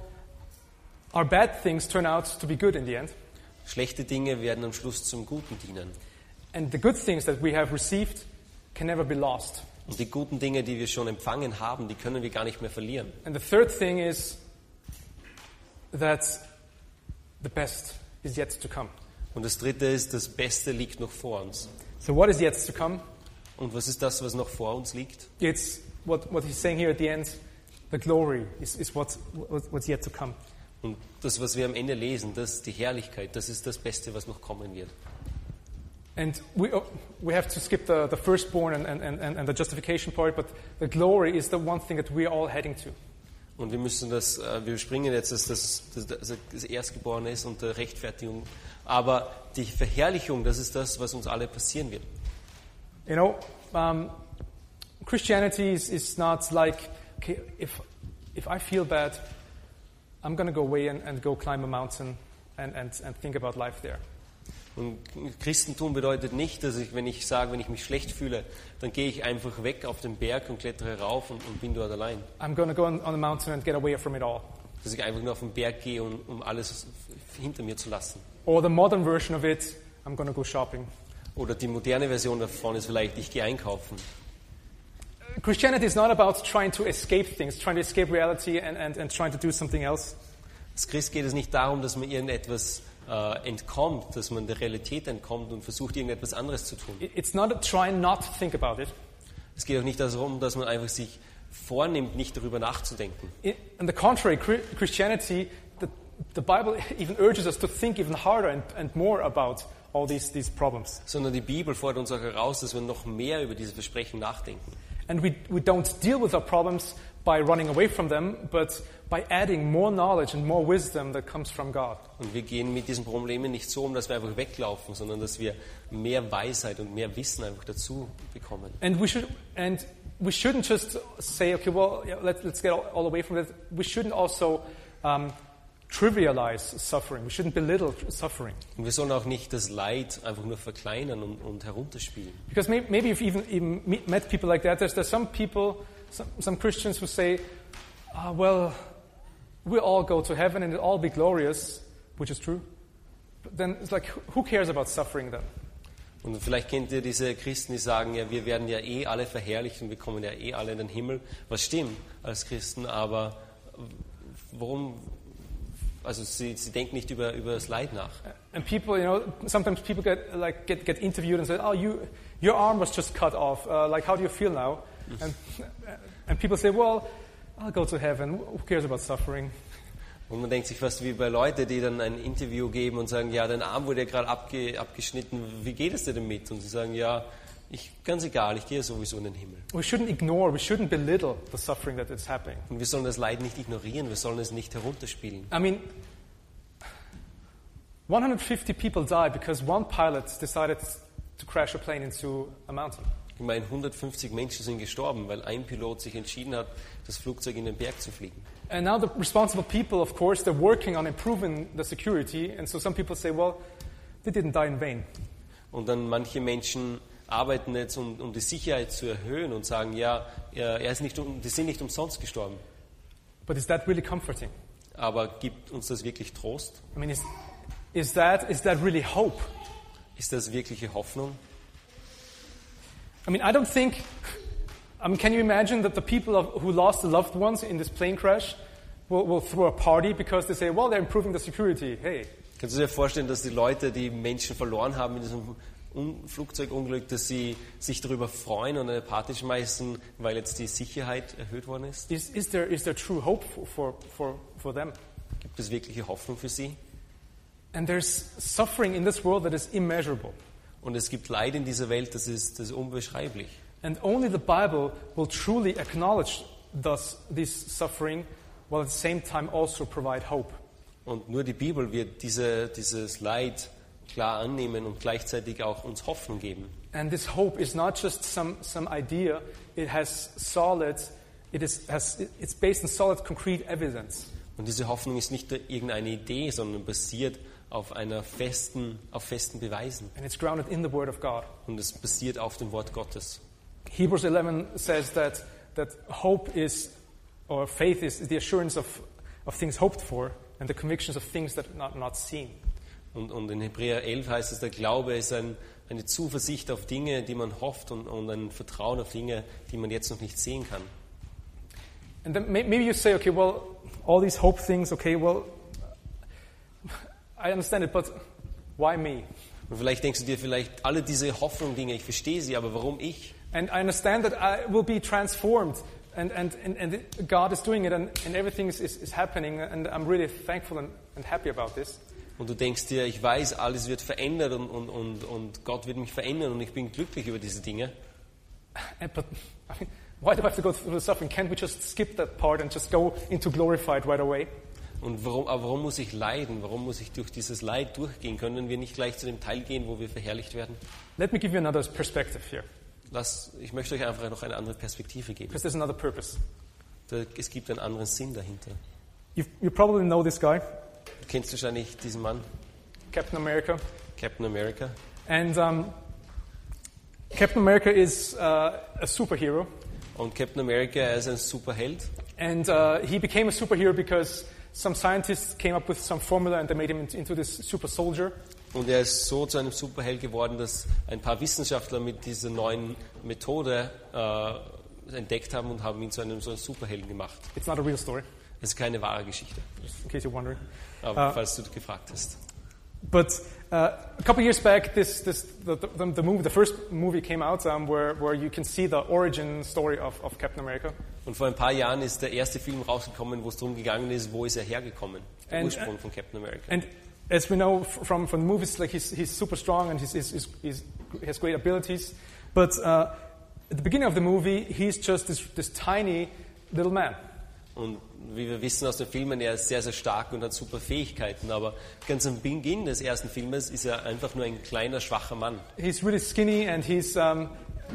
[SPEAKER 1] our bad things turn out to be good in the end.
[SPEAKER 2] Schlechte Dinge werden am Schluss zum Guten dienen.
[SPEAKER 1] And the good things that we have received can never be lost.
[SPEAKER 2] Und die guten Dinge, die wir schon empfangen haben, die können wir gar nicht mehr verlieren.
[SPEAKER 1] And the third thing is that the best is yet to come.
[SPEAKER 2] Und das Dritte ist, das Beste liegt noch vor uns.
[SPEAKER 1] So, what is yet to come?
[SPEAKER 2] Und was ist das, was noch vor uns liegt?
[SPEAKER 1] It's what, what he's saying here at the end the glory is, is what, what, what's yet to come.
[SPEAKER 2] Und das, was wir am Ende lesen, das die Herrlichkeit, das ist das Beste, was noch kommen wird.
[SPEAKER 1] And we, oh, we have to skip the, the firstborn and, and, and, and the justification part, but the glory is the one thing that we're all heading to.
[SPEAKER 2] Und wir müssen das, äh, wir springen jetzt, dass das, das, das, das Erstgeborene ist und der Rechtfertigung. Aber die Verherrlichung, das ist das, was uns alle passieren wird.
[SPEAKER 1] You know, um, Christianity is, is not like, okay, if, if I feel bad, I'm going to go away and, and go climb a mountain and, and, and think about life there.
[SPEAKER 2] Und Christentum bedeutet nicht, dass ich, wenn ich sage, wenn ich mich schlecht fühle, dann gehe ich einfach weg auf den Berg und klettere rauf und, und bin dort allein.
[SPEAKER 1] I'm going to go on, on a mountain and get away from it all.
[SPEAKER 2] Dass ich einfach nur auf den Berg gehe, um, um alles hinter mir zu lassen.
[SPEAKER 1] Or the modern version of it, I'm going to go shopping.
[SPEAKER 2] Oder die moderne Version davon ist vielleicht, ich gehe einkaufen.
[SPEAKER 1] Christianity is not about trying to escape things, trying to escape reality and, and, and trying to do something else.
[SPEAKER 2] Als Christ geht es nicht darum, dass man irgendetwas äh, entkommt, dass man der Realität entkommt und versucht, irgendetwas anderes zu tun.
[SPEAKER 1] It- It's not trying not to think about it.
[SPEAKER 2] Es geht auch nicht darum, dass man einfach sich vornimmt, nicht darüber nachzudenken.
[SPEAKER 1] I- On the contrary, Chri- Christianity, the, the Bible even urges us to think even harder and, and more about all these, these problems.
[SPEAKER 2] Sondern die Bibel fordert uns auch heraus, dass wir noch mehr über diese Versprechen nachdenken.
[SPEAKER 1] And we, we don't deal with our problems by running away from them, but by adding more knowledge and more wisdom that comes from God.
[SPEAKER 2] Und wir gehen mit diesen Problemen nicht so um, dass wir einfach weglaufen, sondern dass wir mehr Weisheit und mehr Wissen einfach dazu bekommen.
[SPEAKER 1] And we, should, and we shouldn't just say, okay, well, yeah, let, let's get all, all away from it. We shouldn't also um, trivialize suffering. We shouldn't belittle tr- suffering.
[SPEAKER 2] Und wir sollen auch nicht das Leid einfach nur verkleinern und, und herunterspielen.
[SPEAKER 1] Because may, maybe you've even, even meet, met people like that. There's, there's some people, some, some Christians who say, ah, well, we all go to heaven and it'll all be glorious, which is true. But then it's like, who cares about suffering then?
[SPEAKER 2] Und vielleicht kennt ihr diese Christen, die sagen, ja, wir werden ja eh alle verherrlicht und wir kommen ja eh alle in den Himmel, was stimmt als Christen, aber warum, also sie, sie denken nicht über, über das Leid nach.
[SPEAKER 1] And people, you know, sometimes people get like get, get interviewed and say, "Oh, you, your arm was just cut off. Uh, like, how do you feel now?" And uh, and people say, "Well, I'll go to heaven. Who cares about suffering?"
[SPEAKER 2] Und man denkt sich fast wie bei Leuten, die dann ein Interview geben und sagen, ja, dein Arm wurde ja gerade abge, abgeschnitten, wie geht es dir damit? Und sie sagen, ja, ich, ganz egal, ich gehe sowieso in den Himmel.
[SPEAKER 1] We shouldn't ignore. We shouldn't belittle the suffering that is happening.
[SPEAKER 2] Und wir sollen das Leid nicht ignorieren, wir sollen es nicht herunterspielen.
[SPEAKER 1] I mean, 150 people died because one pilot decided to crash a plane into a mountain.
[SPEAKER 2] Ich meine, 150 Menschen sind gestorben, weil ein Pilot sich entschieden hat, das Flugzeug in den Berg zu fliegen.
[SPEAKER 1] And now the responsible people, of course, they're working on improving the security. And so some people say, "Well, they didn't die in vain."
[SPEAKER 2] Und dann manche Menschen arbeiten jetzt, um, um die Sicherheit zu erhöhen und sagen, ja, er er ist nicht, um- die sind nicht umsonst gestorben.
[SPEAKER 1] But is that really comforting?
[SPEAKER 2] Aber gibt uns das wirklich Trost?
[SPEAKER 1] I mean, is, is, that, is that really hope?
[SPEAKER 2] Ist das wirkliche Hoffnung?
[SPEAKER 1] I mean, I don't think. I mean, can you imagine that the people of, who lost the loved ones in this plane crash will, will throw a party because they say, well, they're improving the security? Hey.
[SPEAKER 2] Kannst du dir vorstellen, dass die Leute, die Menschen verloren haben in diesem Un Flugzeugunglück, dass sie sich darüber freuen und eine Party schmeißen, weil jetzt die Sicherheit erhöht worden ist?
[SPEAKER 1] Is, is, there, is there true hope for, for, for, for them?
[SPEAKER 2] Gibt es wirkliche Hoffnung für sie?
[SPEAKER 1] And there's suffering in this world that is immeasurable.
[SPEAKER 2] Und es gibt Leid in dieser Welt, das ist, das ist unbeschreiblich.
[SPEAKER 1] And only the Bible will truly acknowledge thus, this suffering while at the same time also provide hope.
[SPEAKER 2] Und nur die Bibel wird diese, dieses Leid klar annehmen und gleichzeitig auch uns Hoffnung geben.
[SPEAKER 1] And this hope is not just some, some idea, it has solid, it is, has, it's based on solid concrete evidence.
[SPEAKER 2] Und diese Hoffnung ist nicht nur irgendeine Idee, sondern basiert auf, einer festen, auf festen Beweisen.
[SPEAKER 1] And it's grounded in the Word of God.
[SPEAKER 2] Und es basiert auf dem Wort Gottes.
[SPEAKER 1] Hebrews 11 says that, that hope is, or faith is, the assurance of, of things hoped for and the convictions of things that are not, not seen.
[SPEAKER 2] Und, und in Hebräer 11 heißt es, der Glaube ist ein, eine Zuversicht auf Dinge, die man hofft und, und ein Vertrauen auf Dinge, die man jetzt noch nicht sehen kann.
[SPEAKER 1] And then may, maybe you say, okay, well, all these hope things, okay, well, I understand it, but why me?
[SPEAKER 2] Und vielleicht denkst du dir vielleicht, alle diese Hoffnung, Dinge, ich verstehe sie, aber warum ich?
[SPEAKER 1] And I understand that I will be transformed, and, and, and, and it- God is doing it, and, and everything is, is, is happening, and I'm really thankful and, and happy about this.
[SPEAKER 2] Und du denkst dir, ich weiß, alles wird verändert und, und, und, und Gott wird mich verändern und ich bin glücklich über diese Dinge.
[SPEAKER 1] And, but I mean, why do I have to go through the suffering? Can't we just skip that part and just go into glorified right away?
[SPEAKER 2] Und warum, aber warum muss ich leiden? Warum muss ich durch dieses Leid durchgehen? Können wir nicht gleich zu dem Teil gehen, wo wir verherrlicht werden?
[SPEAKER 1] Let me give you another perspective here,
[SPEAKER 2] Lass, ich möchte euch einfach noch eine andere Perspektive geben.
[SPEAKER 1] because there's another purpose.
[SPEAKER 2] Da, es gibt einen anderen Sinn dahinter.
[SPEAKER 1] you you probably know this guy,
[SPEAKER 2] Du kennst wahrscheinlich diesen Mann,
[SPEAKER 1] Captain America.
[SPEAKER 2] Captain America.
[SPEAKER 1] And um, Captain America is uh, a superhero,
[SPEAKER 2] Und Captain America, er ist ein Superheld.
[SPEAKER 1] and uh, he became a superhero because some scientists came up with some formula and they made him into- into this super soldier.
[SPEAKER 2] Und er ist so zu einem Superheld geworden, dass ein paar Wissenschaftler mit dieser neuen Methode äh, entdeckt haben und haben ihn zu einem so einem Superhelden gemacht.
[SPEAKER 1] It's not a real story,
[SPEAKER 2] Es ist keine wahre Geschichte,
[SPEAKER 1] just in case you're wondering.
[SPEAKER 2] aber
[SPEAKER 1] Ah.
[SPEAKER 2] falls du gefragt hast.
[SPEAKER 1] But uh, a couple years back, this, this, the, the, the, movie, the first movie came out um, where, where you can see the origin story of, of Captain America.
[SPEAKER 2] Und vor ein paar Jahren ist der erste Film rausgekommen, wo es darum gegangen ist, wo ist er hergekommen? Der
[SPEAKER 1] And- äh,
[SPEAKER 2] Ursprung von Captain America.
[SPEAKER 1] And as we know f- from, from the movies, like he's, he's super strong and he's, he's, he's, he's, he has great abilities. But uh, at the beginning of the movie, he's just this, this tiny little man.
[SPEAKER 2] Und wie wir wissen aus den Filmen, er ist sehr, sehr stark und hat super Fähigkeiten. Aber ganz am Beginn des ersten Filmes ist er einfach nur ein kleiner, schwacher Mann.
[SPEAKER 1] He's really skinny and, he's, um,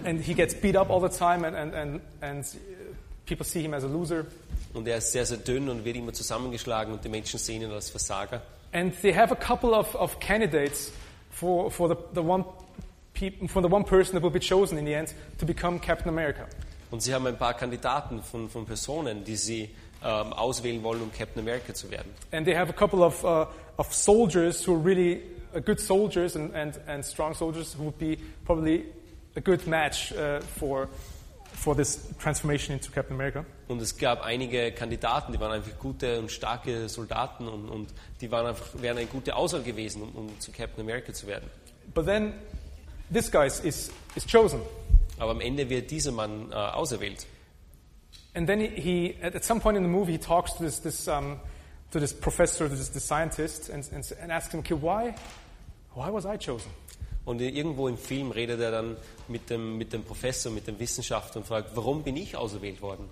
[SPEAKER 1] and he gets beat up all the time, and, and, and, and uh, People see him as a loser.
[SPEAKER 2] Und er ist sehr, sehr dünn und wird immer zusammengeschlagen und die Menschen sehen ihn als Versager.
[SPEAKER 1] And they have a couple of, of candidates for, for, the, the one peop for the one person that will be chosen in the end to become Captain America.
[SPEAKER 2] Und sie haben ein paar Kandidaten von, von Personen, die sie ähm, auswählen wollen, um Captain America zu werden.
[SPEAKER 1] And they have a couple of, uh, of soldiers who are really uh, good soldiers and, and, and strong soldiers who would be probably a good match uh, for, for this transformation into Captain America.
[SPEAKER 2] Und es gab einige Kandidaten, die waren einfach gute und starke Soldaten und, und die waren einfach, wären eine gute Auswahl gewesen, um, um zu Captain America zu werden.
[SPEAKER 1] But then this guy is, is, is chosen.
[SPEAKER 2] Aber am Ende wird dieser Mann äh, auserwählt.
[SPEAKER 1] And then he, he at at some point in the movie, he talks to this, this, um, to this professor, to this, this scientist, and, and, s- and asks him, okay, why, why was I chosen?
[SPEAKER 2] Und irgendwo im Film redet er dann mit dem, mit dem Professor, mit dem Wissenschaftler und fragt, warum bin ich auserwählt worden?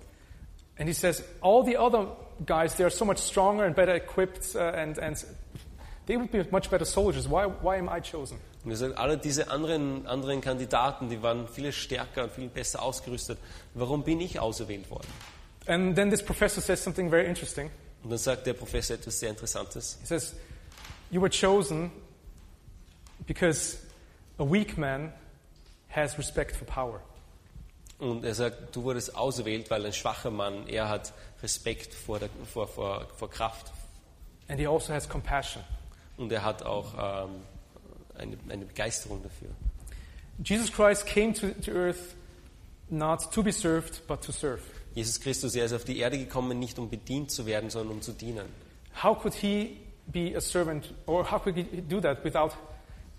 [SPEAKER 1] And he says, all the other guys, they are so much stronger and better equipped, uh, and, and they would be much better soldiers. Why, why am I chosen?
[SPEAKER 2] Und er sagt, alle diese anderen, anderen Kandidaten, die waren viel stärker und viel besser ausgerüstet. Warum bin ich auserwählt worden?
[SPEAKER 1] And then this professor says something very interesting.
[SPEAKER 2] Und dann sagt der Professor etwas sehr Interessantes.
[SPEAKER 1] He says, You were chosen because a weak man has respect for power.
[SPEAKER 2] Und er sagt, du wurdest auserwählt, weil ein schwacher Mann, er hat Respekt vor, der, vor, vor, vor Kraft.
[SPEAKER 1] And he also has compassion.
[SPEAKER 2] Und er hat auch ähm, eine, eine Begeisterung dafür.
[SPEAKER 1] Jesus Christ came to, to earth not to be served, but to serve.
[SPEAKER 2] Jesus Christus, er ist auf die Erde gekommen, nicht um bedient zu werden, sondern um zu dienen.
[SPEAKER 1] How could he be a servant, or how could he do that without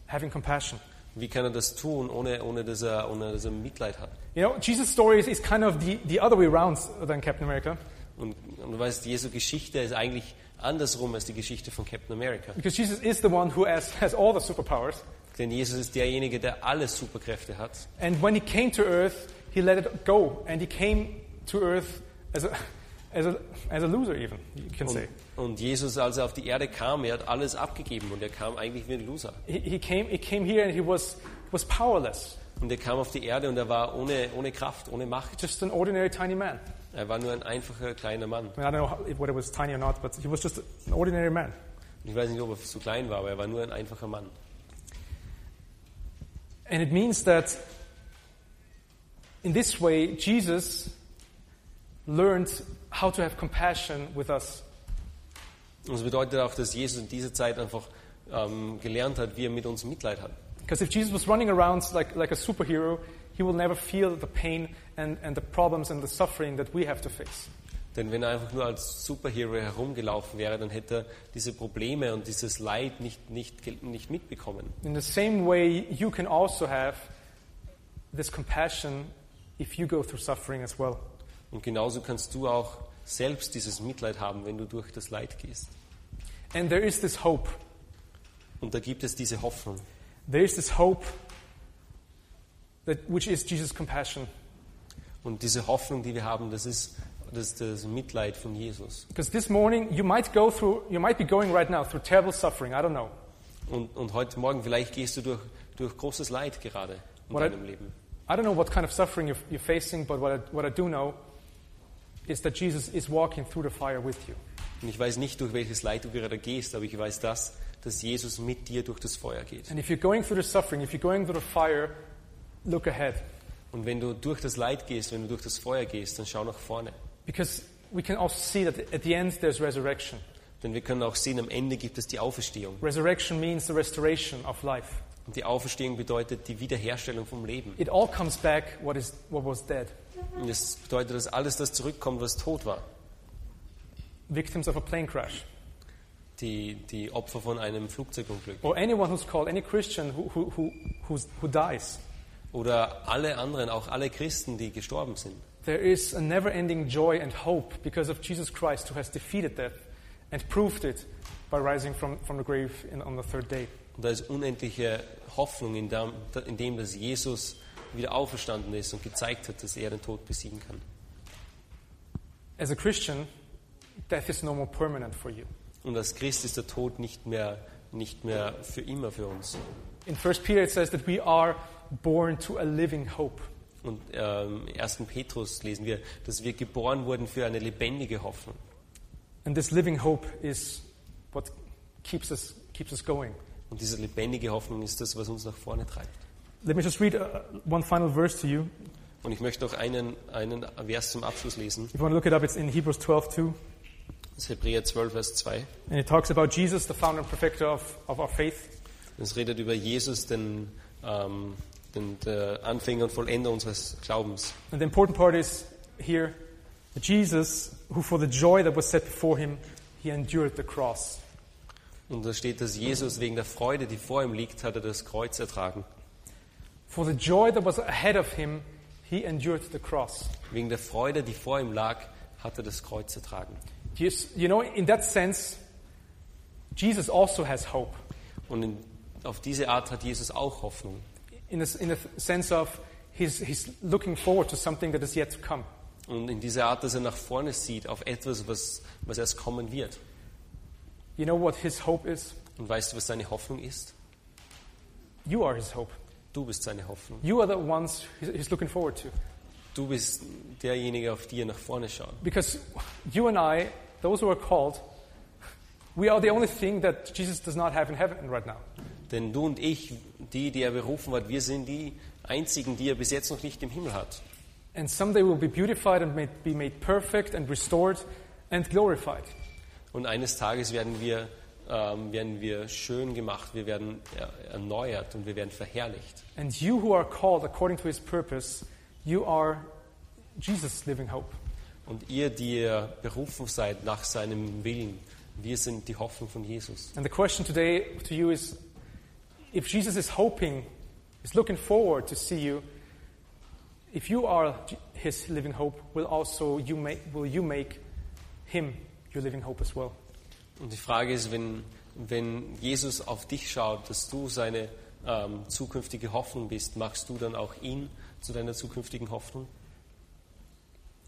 [SPEAKER 1] having compassion?
[SPEAKER 2] Wie kann er das tun, ohne, ohne, dass, er, ohne dass er Mitleid hat?
[SPEAKER 1] You know, Jesus' story is, is kind of the, the other way around than Captain America.
[SPEAKER 2] Und, und du weißt, Jesu Geschichte ist eigentlich andersrum als die Geschichte von Captain America.
[SPEAKER 1] Because Jesus is the one who has, has all the superpowers.
[SPEAKER 2] Denn Jesus ist derjenige, der alle Superkräfte hat.
[SPEAKER 1] And when he came to earth, he let it go. And he came to earth as a, as a, as a loser, even, you can
[SPEAKER 2] Und,
[SPEAKER 1] say.
[SPEAKER 2] und Jesus, als er auf die Erde kam, er hat alles abgegeben und er kam eigentlich wie ein Loser.
[SPEAKER 1] He, he, came, he came here and he was, was powerless,
[SPEAKER 2] Und er kam auf die Erde und er war ohne, ohne Kraft, ohne Macht.
[SPEAKER 1] just an ordinary tiny man.
[SPEAKER 2] Er war nur ein einfacher kleiner Mann.
[SPEAKER 1] I, mean, I don't know how, if- whether it was tiny or not, but he was just an ordinary man.
[SPEAKER 2] Und Ich weiß nicht, ob er so klein war, aber er war nur ein einfacher Mann.
[SPEAKER 1] And it means that in this way, Jesus learned how to have compassion with us.
[SPEAKER 2] Und das bedeutet auch, dass Jesus in dieser Zeit einfach ähm, gelernt hat, wie er mit uns Mitleid hat.
[SPEAKER 1] Because if Jesus was running around like, like a superhero, he will never feel the pain and, and the problems and the suffering that we have to face.
[SPEAKER 2] Denn wenn er einfach nur als Superhero herumgelaufen wäre, dann hätte er diese Probleme und dieses Leid nicht, nicht, gel- nicht mitbekommen.
[SPEAKER 1] In the same way, you can also have this compassion if you go through suffering as well.
[SPEAKER 2] Und genauso kannst du auch selbst dieses Mitleid haben, wenn du durch das Leid gehst.
[SPEAKER 1] And there is this hope.
[SPEAKER 2] Und da gibt es diese Hoffnung.
[SPEAKER 1] There is this hope that, which is Jesus' compassion.
[SPEAKER 2] Und diese Hoffnung, die wir haben, das ist das, ist das Mitleid von Jesus.
[SPEAKER 1] Because this morning, you might go through, you might be going right now through terrible suffering. I don't know.
[SPEAKER 2] Und, und heute Morgen, vielleicht gehst du durch, durch großes Leid gerade in
[SPEAKER 1] What I-
[SPEAKER 2] deinem Leben.
[SPEAKER 1] I don't know what kind of suffering you're, you're facing, but what I, what I do know is that Jesus is walking through the fire with you.
[SPEAKER 2] Und ich weiß nicht, durch welches Leid du gerade gehst, aber ich weiß das, dass Jesus mit dir durch das Feuer geht.
[SPEAKER 1] And if you're going through the suffering, if you're going through the fire, look ahead.
[SPEAKER 2] Und wenn du durch das Leid gehst, wenn du durch das Feuer gehst, dann schau nach vorne.
[SPEAKER 1] Because we can also see that at the end there's resurrection.
[SPEAKER 2] Denn wir können auch sehen, am Ende gibt es die Auferstehung.
[SPEAKER 1] Resurrection means the restoration of life.
[SPEAKER 2] Und die Auferstehung bedeutet die Wiederherstellung vom Leben.
[SPEAKER 1] It all comes back what, is, what was dead.
[SPEAKER 2] Und das bedeutet, dass alles das zurückkommt, was tot war.
[SPEAKER 1] Victims of a plane crash,
[SPEAKER 2] Die, die Opfer von einem Flugzeugunglück.
[SPEAKER 1] or anyone who's called, any Christian who, who, who, who's, who dies.
[SPEAKER 2] Oder alle anderen, auch alle Christen, die gestorben sind.
[SPEAKER 1] There is a never ending joy and hope because of Jesus Christ who has defeated death and proved it by rising from, from the grave in, on the third day.
[SPEAKER 2] Und da ist unendliche Hoffnung in dem, in dem, dass Jesus wieder auferstanden ist und gezeigt hat, dass er den Tod besiegen kann.
[SPEAKER 1] As a Christian, death is no more permanent for you.
[SPEAKER 2] Und als Christ ist der Tod nicht mehr, nicht mehr für immer für uns.
[SPEAKER 1] In 1 Peter, it says that we are born to a living hope.
[SPEAKER 2] Und ähm, im 1. Petrus lesen wir, dass wir geboren wurden für eine lebendige Hoffnung.
[SPEAKER 1] And this living hope is what keeps us, keeps us going.
[SPEAKER 2] Und diese lebendige Hoffnung ist das, was uns nach vorne treibt.
[SPEAKER 1] Let me just read uh, one final verse to you.
[SPEAKER 2] Und ich möchte noch einen, einen Vers zum Abschluss lesen.
[SPEAKER 1] If you want to look it up, it's in Hebrews 12 too.
[SPEAKER 2] Das ist Hebräer 12, Vers 2.
[SPEAKER 1] And it talks about Jesus, the founder and perfecter of, of our faith.
[SPEAKER 2] Es redet über Jesus, den, ähm, den der Anfänger und Vollender unseres Glaubens.
[SPEAKER 1] And the important part is here that Jesus, who for the joy that was set before him, he endured the cross.
[SPEAKER 2] Und da steht, dass Jesus wegen der Freude, die vor ihm liegt, hat er das Kreuz ertragen.
[SPEAKER 1] For the joy that was ahead of him, he endured the cross.
[SPEAKER 2] Wegen der Freude, die vor ihm lag, hat er das Kreuz ertragen.
[SPEAKER 1] You s- you know, in that sense, Jesus also has hope.
[SPEAKER 2] Und in, auf diese Art hat Jesus auch Hoffnung.
[SPEAKER 1] in the, in the sense of he's, he's looking forward to something that is yet to come.
[SPEAKER 2] Und in dieser Art, dass er nach vorne sieht, auf etwas, was, was erst kommen wird.
[SPEAKER 1] You know what his hope is?
[SPEAKER 2] Und weißt du, was seine Hoffnung ist?
[SPEAKER 1] You are his hope.
[SPEAKER 2] Du bist seine Hoffnung.
[SPEAKER 1] You are the ones he's- he's looking forward to.
[SPEAKER 2] Du bist derjenige, auf die er nach vorne schaut.
[SPEAKER 1] Because you and I, those who are called, we are the only thing that Jesus does not have in heaven right now.
[SPEAKER 2] Denn du und ich, die, die er berufen hat, wir sind die einzigen, die er bis jetzt noch nicht im Himmel hat.
[SPEAKER 1] And someday we'll be beautified and made, be made perfect and restored and glorified.
[SPEAKER 2] Und eines Tages werden wir, ähm, werden wir schön gemacht, wir werden er- erneuert und wir werden verherrlicht.
[SPEAKER 1] And you who are called according to his purpose, you are Jesus' living hope.
[SPEAKER 2] Und ihr, die ihr berufen seid nach seinem Willen, wir sind die Hoffnung von Jesus.
[SPEAKER 1] And the question today to you is if Jesus is hoping, is looking forward to see you, if you are J- his living hope, will also you make, will you make him your living hope as well?
[SPEAKER 2] Und die Frage ist, wenn, wenn Jesus auf dich schaut, dass du seine ähm, zukünftige Hoffnung bist, machst du dann auch ihn zu deiner zukünftigen Hoffnung?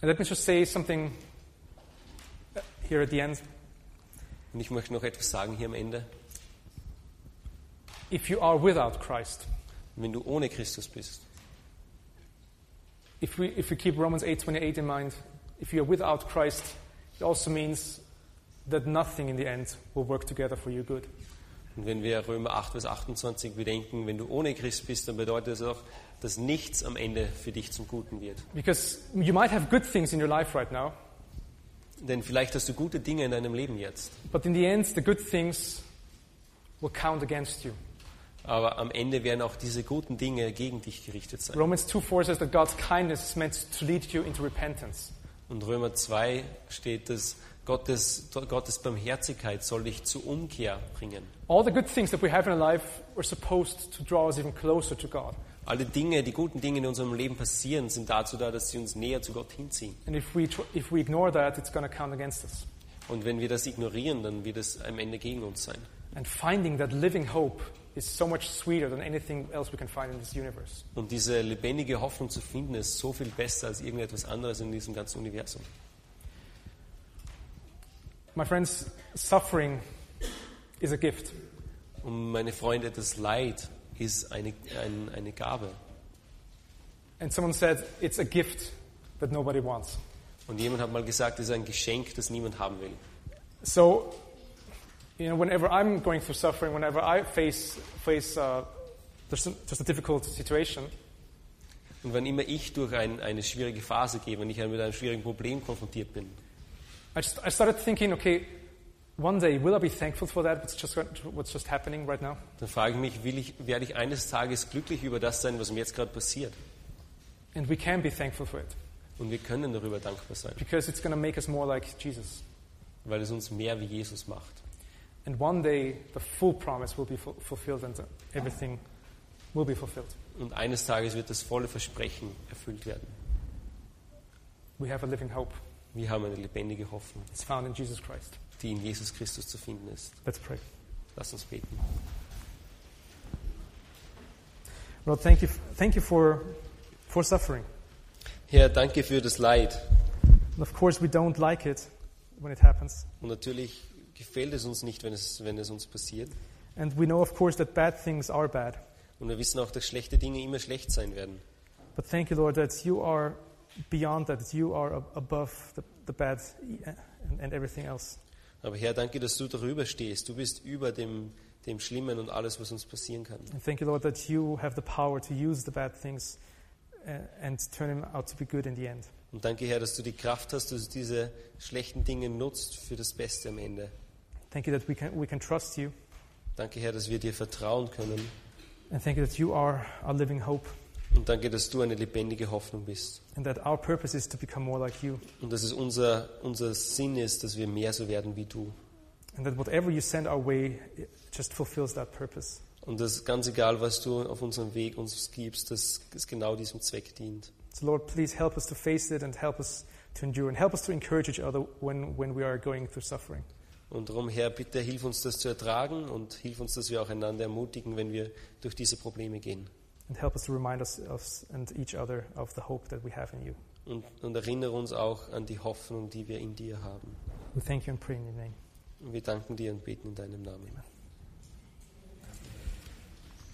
[SPEAKER 1] And let me just say something uh, here at the end.
[SPEAKER 2] Und ich möchte noch etwas sagen hier am Ende.
[SPEAKER 1] If you are without Christ,
[SPEAKER 2] Wenn du ohne Christus bist,
[SPEAKER 1] if we, if we keep Romans 8:28 in mind, if you are without Christ, it also means that nothing in the end will work together for your good.
[SPEAKER 2] Und wenn wir Römer 8, Vers 28 bedenken, wenn du ohne Christ bist, dann bedeutet das auch, dass nichts am Ende für dich zum Guten wird.
[SPEAKER 1] Because you might have good things in your life right now,
[SPEAKER 2] Denn vielleicht hast du gute Dinge in deinem Leben jetzt,
[SPEAKER 1] But in the end, the good things will count against you.
[SPEAKER 2] aber am Ende werden auch diese guten Dinge gegen dich gerichtet sein.
[SPEAKER 1] Romans 2 4 says that God's kindness is meant to lead you into repentance.
[SPEAKER 2] Und Römer 2 steht, dass Gottes, Gottes Barmherzigkeit soll dich zur Umkehr bringen.
[SPEAKER 1] All the good things that we have in our life are supposed to draw us even closer to God.
[SPEAKER 2] Alle Dinge, die guten Dinge in unserem Leben passieren, sind dazu da, dass sie uns näher zu Gott hinziehen.
[SPEAKER 1] And if we, tr- if we ignore that, it's going to count against us.
[SPEAKER 2] Und wenn wir das ignorieren, dann wird es am Ende gegen uns sein.
[SPEAKER 1] And finding that living hope is so much sweeter than anything else we can find in this universe.
[SPEAKER 2] Und diese lebendige Hoffnung zu finden, ist so viel besser als irgendetwas anderes in diesem ganzen Universum.
[SPEAKER 1] My friends, suffering is a gift.
[SPEAKER 2] Und meine Freunde, das Leid ist eine, ein, eine Gabe.
[SPEAKER 1] And someone said it's a gift that nobody wants.
[SPEAKER 2] Und jemand hat mal gesagt, es ist ein Geschenk, das niemand haben will.
[SPEAKER 1] So, you know, whenever I'm going through suffering, whenever I face face uh, just, a, just a difficult situation,
[SPEAKER 2] Und wenn immer ich durch ein, eine schwierige Phase gehe, wenn ich mit einem schwierigen Problem konfrontiert bin,
[SPEAKER 1] I, just, I started thinking, okay, one day will I be thankful for that? What's just what's just happening right now?
[SPEAKER 2] dann frage ich mich, will ich, werde ich eines Tages glücklich über das sein, was mir jetzt gerade passiert?
[SPEAKER 1] And we can be thankful for it
[SPEAKER 2] Und wir können darüber dankbar sein,
[SPEAKER 1] because it's going to make us more like Jesus.
[SPEAKER 2] weil es uns mehr wie Jesus macht.
[SPEAKER 1] And one day the full promise will be ful- fulfilled and uh, everything will be fulfilled.
[SPEAKER 2] Und eines Tages wird das volle Versprechen erfüllt werden.
[SPEAKER 1] We have a living hope.
[SPEAKER 2] Wir haben eine lebendige Hoffnung.
[SPEAKER 1] It's found in Jesus Christ.
[SPEAKER 2] die in Jesus Christus zu finden ist.
[SPEAKER 1] Let's pray.
[SPEAKER 2] Lass uns beten.
[SPEAKER 1] Lord, thank you, f- thank you for, for suffering.
[SPEAKER 2] Herr, danke für das Leid.
[SPEAKER 1] And of course, we don't like it when it happens.
[SPEAKER 2] Und natürlich gefällt es uns nicht, wenn es, wenn es uns passiert.
[SPEAKER 1] And we know, of course, that bad things are bad.
[SPEAKER 2] Und wir wissen auch, dass schlechte Dinge immer schlecht sein werden.
[SPEAKER 1] But thank you, Lord, that you are beyond that, that you are ab- above the, the bad eh, and, and everything else.
[SPEAKER 2] Aber Herr, danke, dass du darüber stehst. Du bist über dem, dem Schlimmen und alles, was uns passieren kann.
[SPEAKER 1] And thank you, Lord, that you have the power to use the bad things uh, and turn them out to be good in the end.
[SPEAKER 2] Und danke, Herr, dass du die Kraft hast, dass du diese schlechten Dinge nutzt für das Beste am Ende.
[SPEAKER 1] Thank you that we can, we can trust you.
[SPEAKER 2] Danke, Herr, dass wir dir vertrauen können.
[SPEAKER 1] And thank you that you are our living hope
[SPEAKER 2] Und danke, dass du eine lebendige Hoffnung bist.
[SPEAKER 1] and that our purpose is to become more like you.
[SPEAKER 2] Und dass es unser, unser Sinn ist, dass wir mehr so werden wie du.
[SPEAKER 1] And that whatever you send our way it just fulfills that purpose.
[SPEAKER 2] Und dass ganz egal, was du auf unserem Weg uns gibst, dass es genau diesem Zweck dient.
[SPEAKER 1] So, Lord, please help us to face it and help us to endure and help us to encourage each other when, when we are going through suffering.
[SPEAKER 2] Und darum, Herr, bitte hilf uns, das zu ertragen und hilf uns, dass wir auch einander ermutigen, wenn wir durch diese Probleme gehen.
[SPEAKER 1] And help us to remind ourselves and each other of the hope that we have in you.
[SPEAKER 2] Und, und erinnere uns auch an die Hoffnung, die wir in dir haben.
[SPEAKER 1] We thank you and pray in your name.
[SPEAKER 2] Und wir danken dir und beten in deinem Namen.